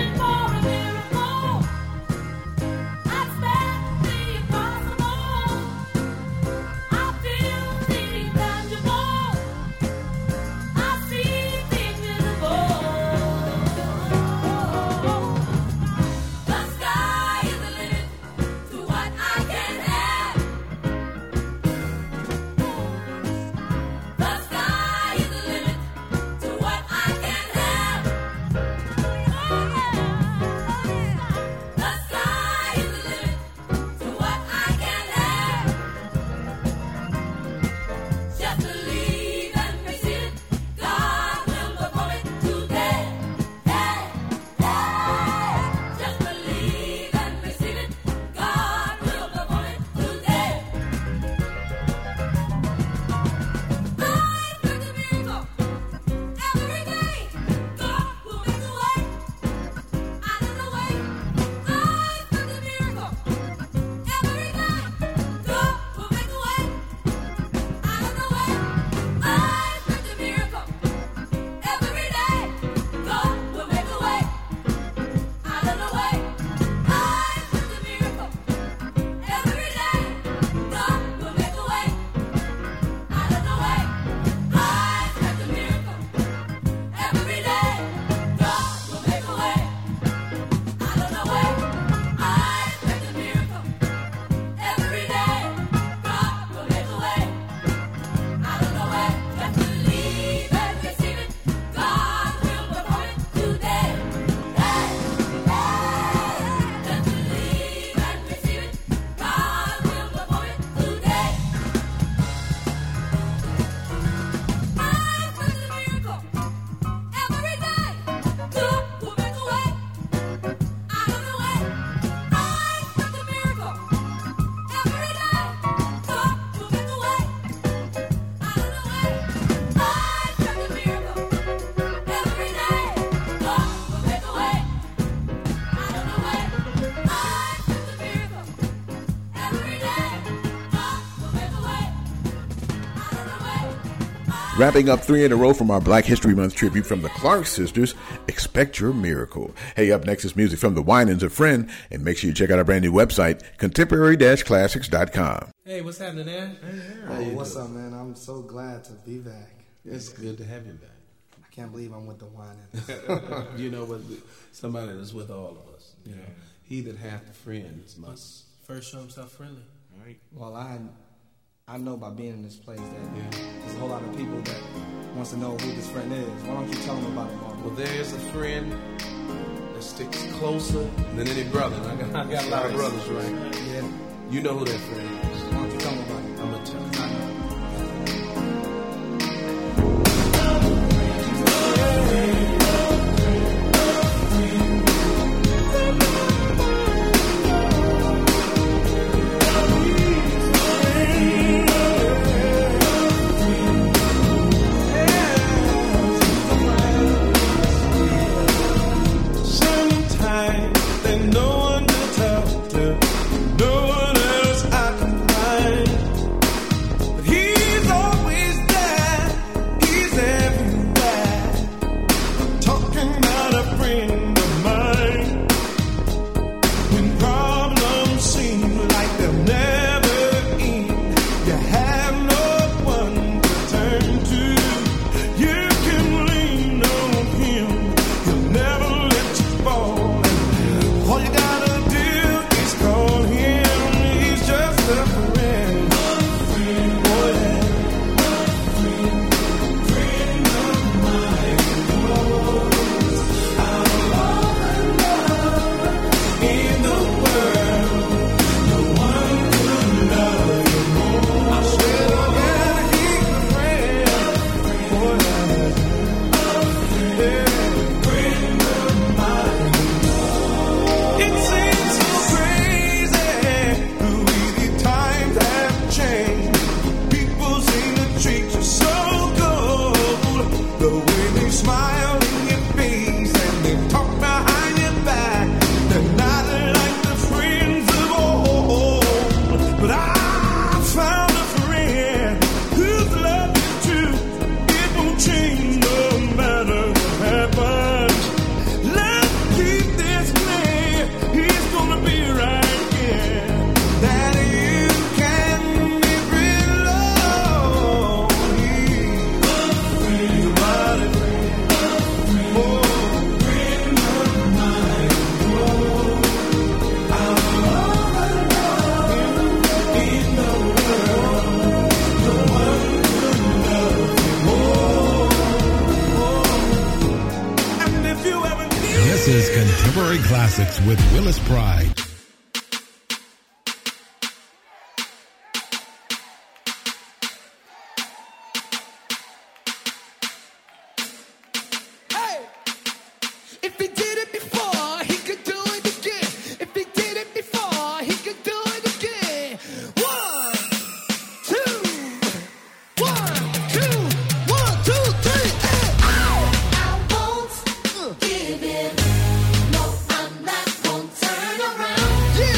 Speaker 5: The sky is the limit to what I can have. The sky is the limit to what I can have. The sky is the limit to what I can have. Just believe and receive it. God will perform it today. Hey, hey. Just believe and receive it. God will perform it today. I expect a miracle every day. God will make a way.
Speaker 4: Wrapping up three in a row from our Black History Month tribute from the Clark sisters, expect your miracle. Hey, up next is music from the Winans of Friend, and make sure you check out our brand new website, contemporary-classics.com.
Speaker 2: Hey, what's happening, Aaron?
Speaker 6: Oh, what's up, man? I'm so glad to be back. It's good to have you back. I can't believe I'm with the wine. [LAUGHS]
Speaker 2: you know what? Somebody that's with all of us. You know, he that hath friends must.
Speaker 6: First, show himself friendly. Right. [LAUGHS] Well, I I know by being in this place that there's a whole lot of people that wants to know who this friend is. Why don't you tell them about him? Mark?
Speaker 2: Well, there is a friend that's
Speaker 6: sticks closer than any brother. I got, I got a lot of brothers, right?
Speaker 16: Yeah.
Speaker 6: You know who that friend is.
Speaker 16: Tell me about it.
Speaker 6: I'm gonna tell you.
Speaker 2: Sometimes there's no one to talk to, no one else I can find. But he's always there, he's everywhere. Talking about a friend of mine. When problems seem like they'll never end, you have no one to turn to. You can lean on him. He'll never let you fall. All you gotta do is call him. He's just a friend. Oh, yeah. In the world, no one could love you more. I swear to God, he's a friend. Forever. Yeah. Friend of mine. It seems so crazy the way the times have changed. People seem to treat you so cold. The way they smile in your face and they talk behind your back. They're not like the friends of old. But I found a friend whose love is true. It won't change no matter what happens. Let's keep this clear. He's gonna be right here. That you can be real. He's a friend. Oh, friend of mine.
Speaker 1: This is Contemporary Classics with Willis Pride.
Speaker 2: If he did it before, he could do it again. If he did it before, he could do it again. One, two, one, two, one, two, three, and I won't give in. No, I'm not gonna turn around.
Speaker 5: [LAUGHS]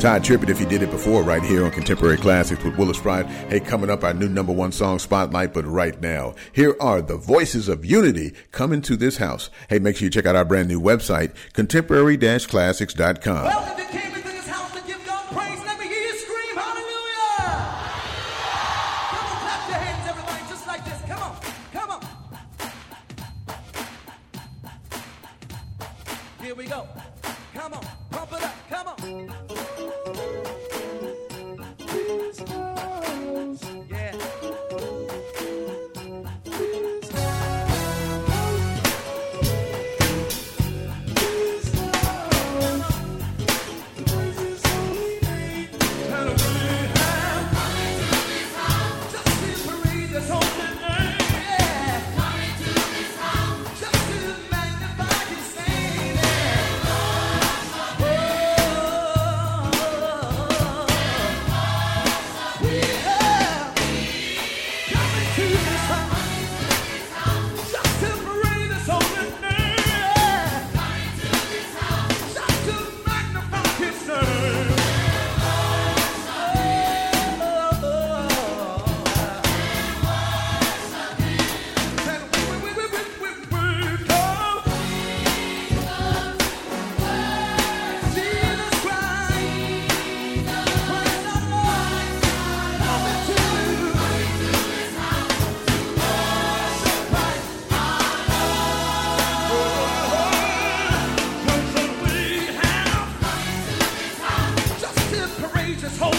Speaker 4: Todd Trippett, if you did it before, right here on Contemporary Classics with Willis Pride. Hey, coming up, our new number one song spotlight, but right now, here are the voices of unity coming to this house. Hey, make sure you check out our brand new website, contemporary-classics.com.
Speaker 2: Welcome to came into this house to give God praise. Let me hear you scream, hallelujah! Come on, clap your hands, everybody, just like this. Come on, come on. Here we go. Come on, pump it up, come on. Yeah. Oh
Speaker 5: Oh,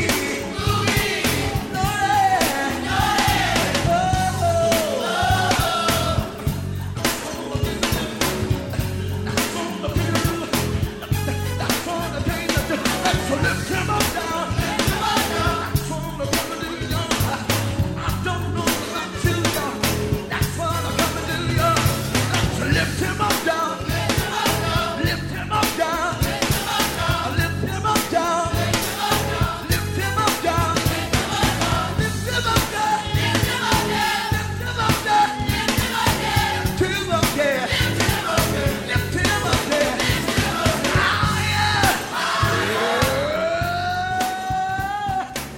Speaker 5: Oh,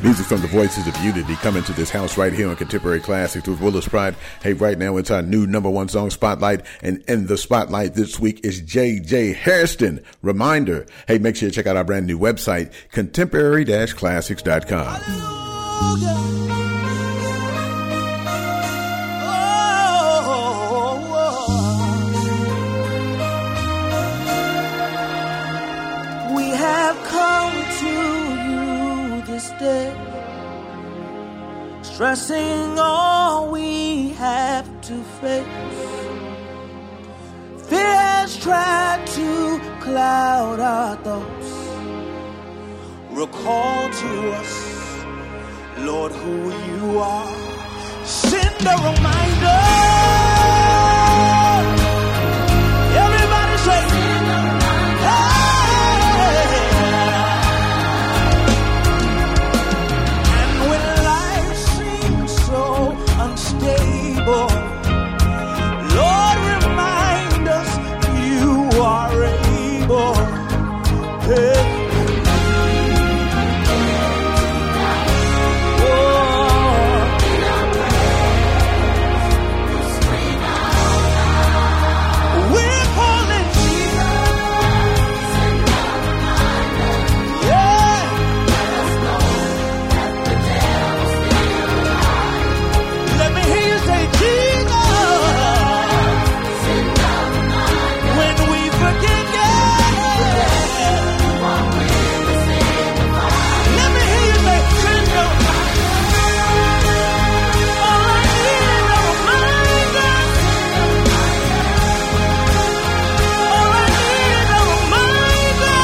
Speaker 4: This is from the Voices of Unity coming to this house right here on Contemporary Classics with Willis Pride. Hey, right now it's our new number one song spotlight, and in the spotlight this week is JJ Hairston. Reminder, hey, make sure you check out our brand new website, contemporary-classics.com.
Speaker 5: We have come to you this day,
Speaker 2: Stressing all we have to face. Fear has tried to cloud our thoughts. Recall to us, Lord, who you are. Send a reminder. Everybody say, "Hey." And when life seems so unstable, Lord, remind us you are able. Hey. We're calling Jesus. Yeah. Let me hear you say Jesus. When we forget Let me hear you say send your All I need is a reminder. All I need is a reminder.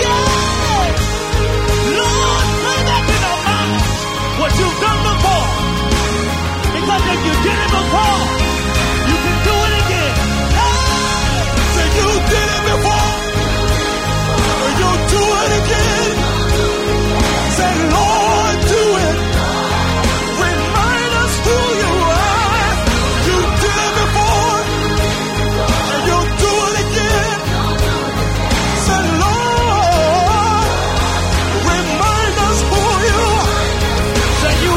Speaker 2: Yeah. Lord, bring that in our minds. What you've done before. Because if you did it before, you can do it again. Hey! So you did it before. Will you do it again? Say, Lord, do it. Remind us who you are. You did it before. And you'll do it again. Say, Lord, remind us who you are. Say, you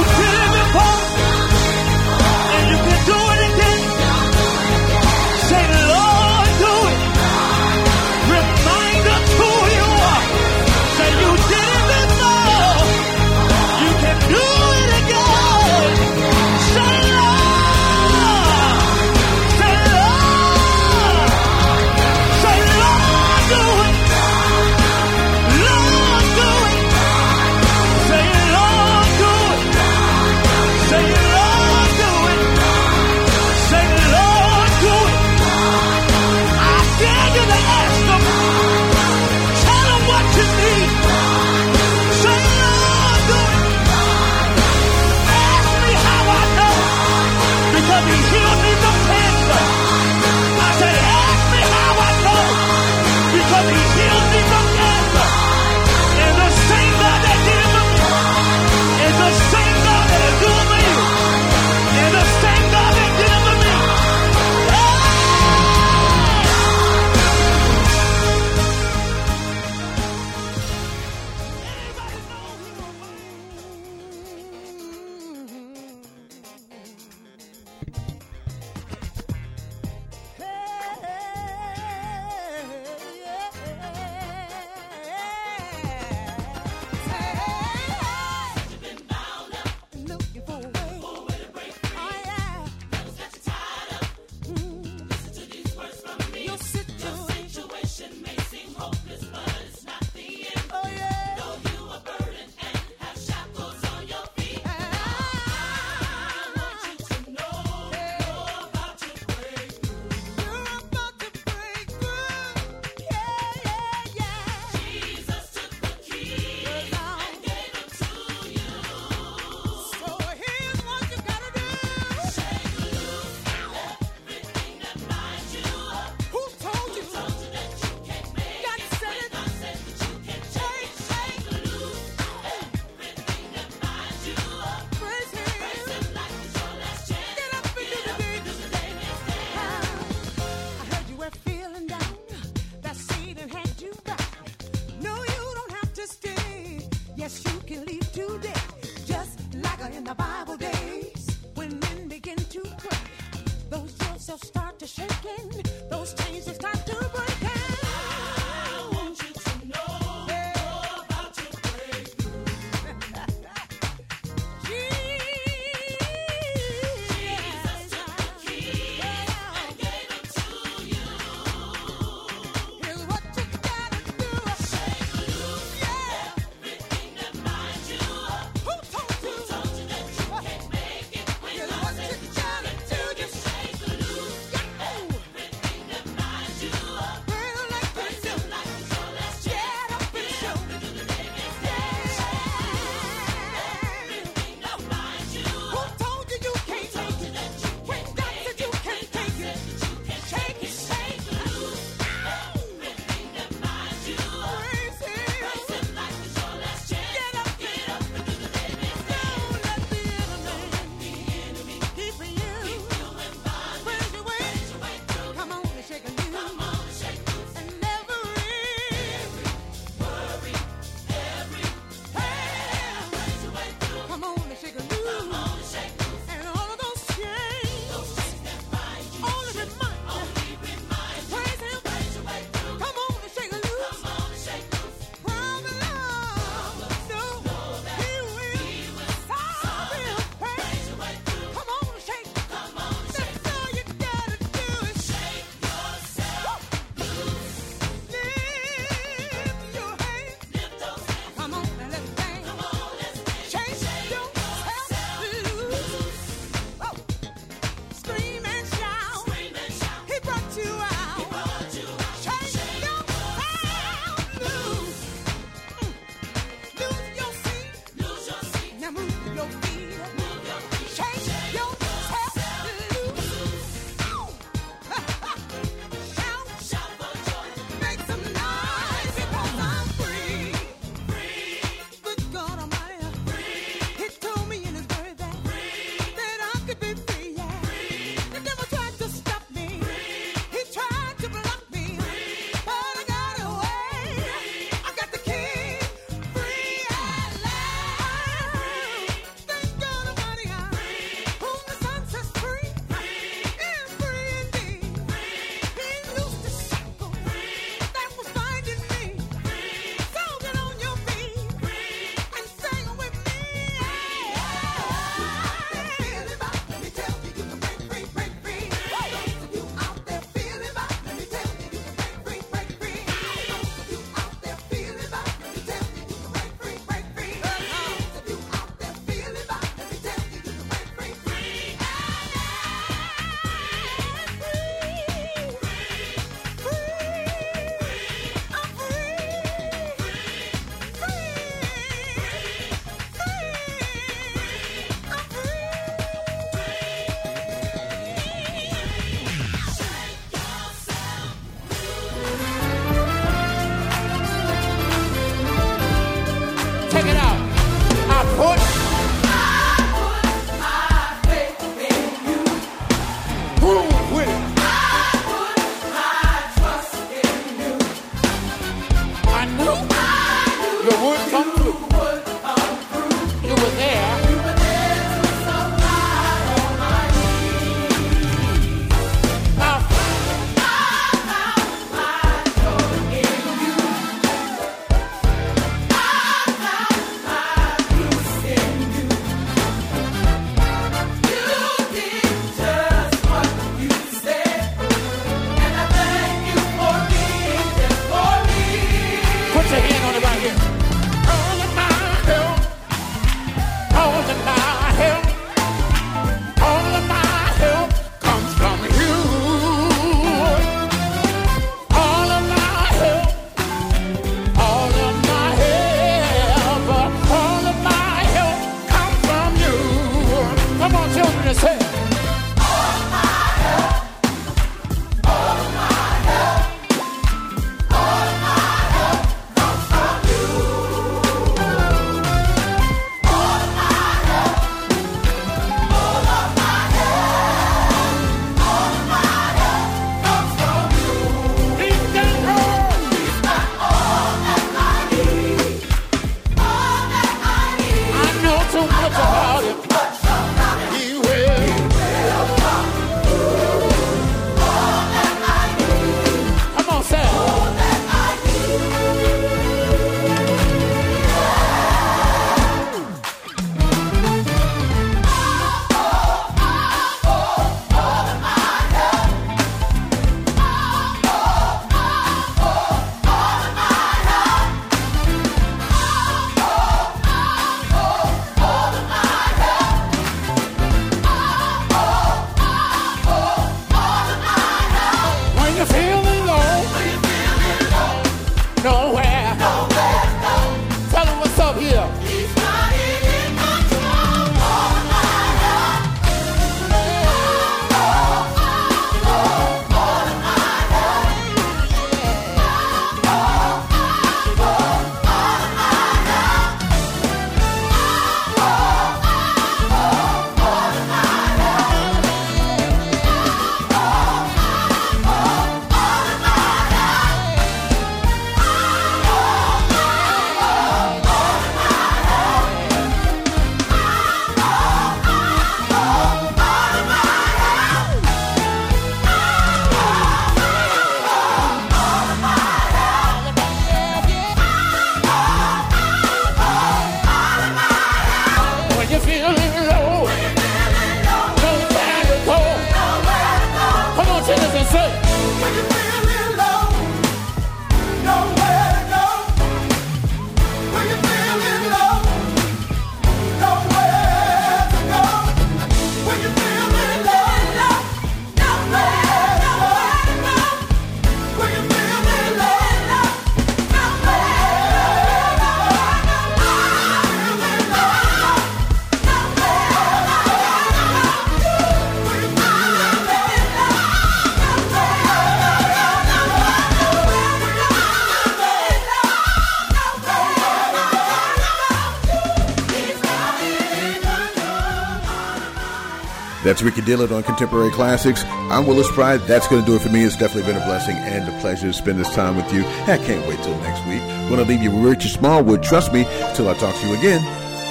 Speaker 4: That's Ricky Dillard on Contemporary Classics. I'm Willis Pride. That's going to do it for me. It's definitely been a blessing and a pleasure to spend this time with you. I can't wait till next week. I'm going to leave you with Richard Smallwood. Trust me, till I talk to you again,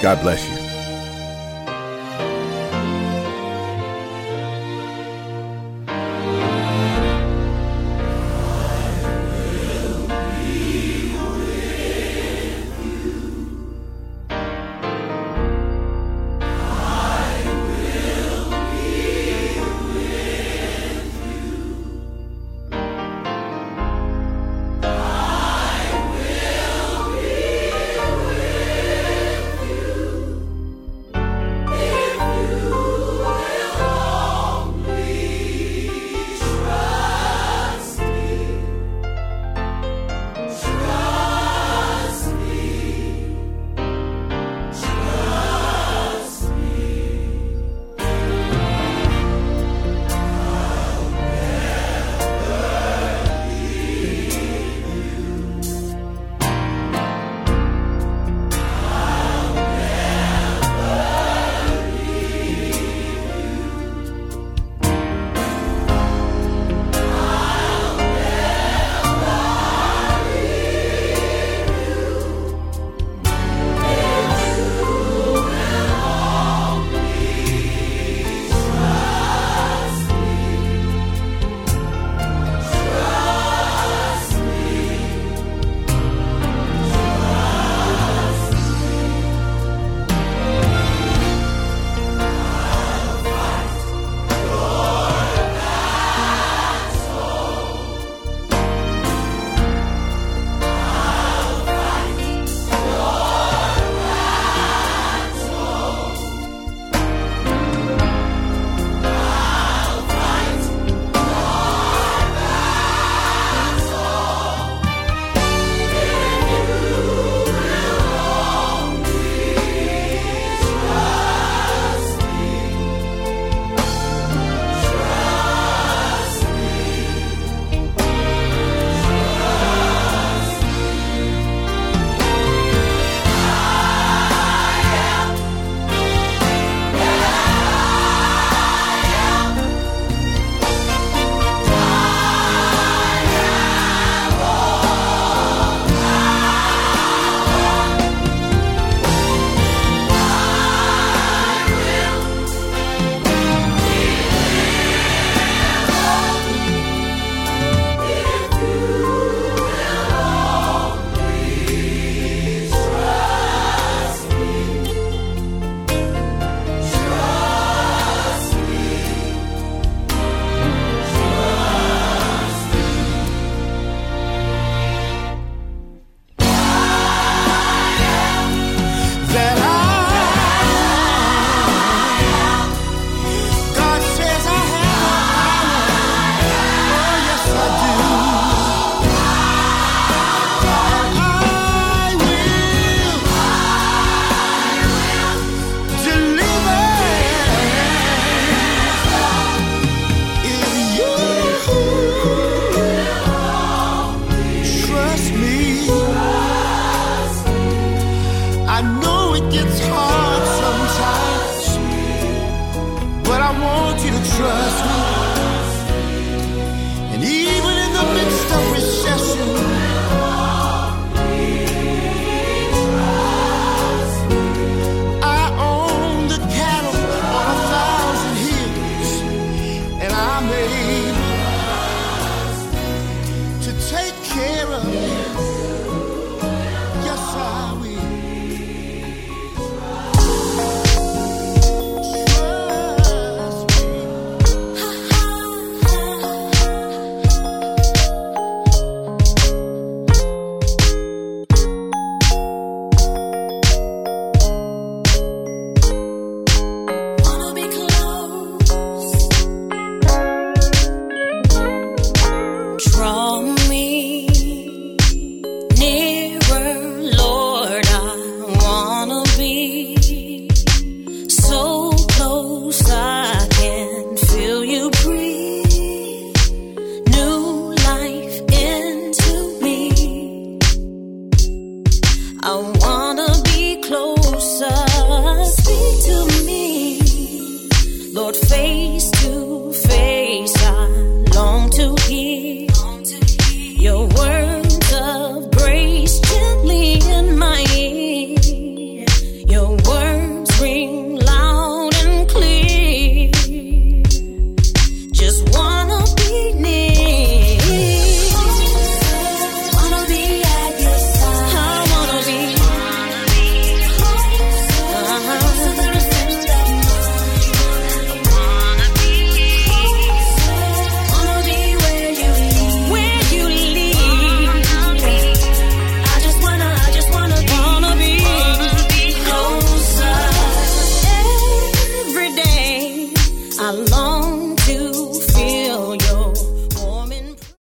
Speaker 4: God bless you.
Speaker 3: Your word. Uh-huh.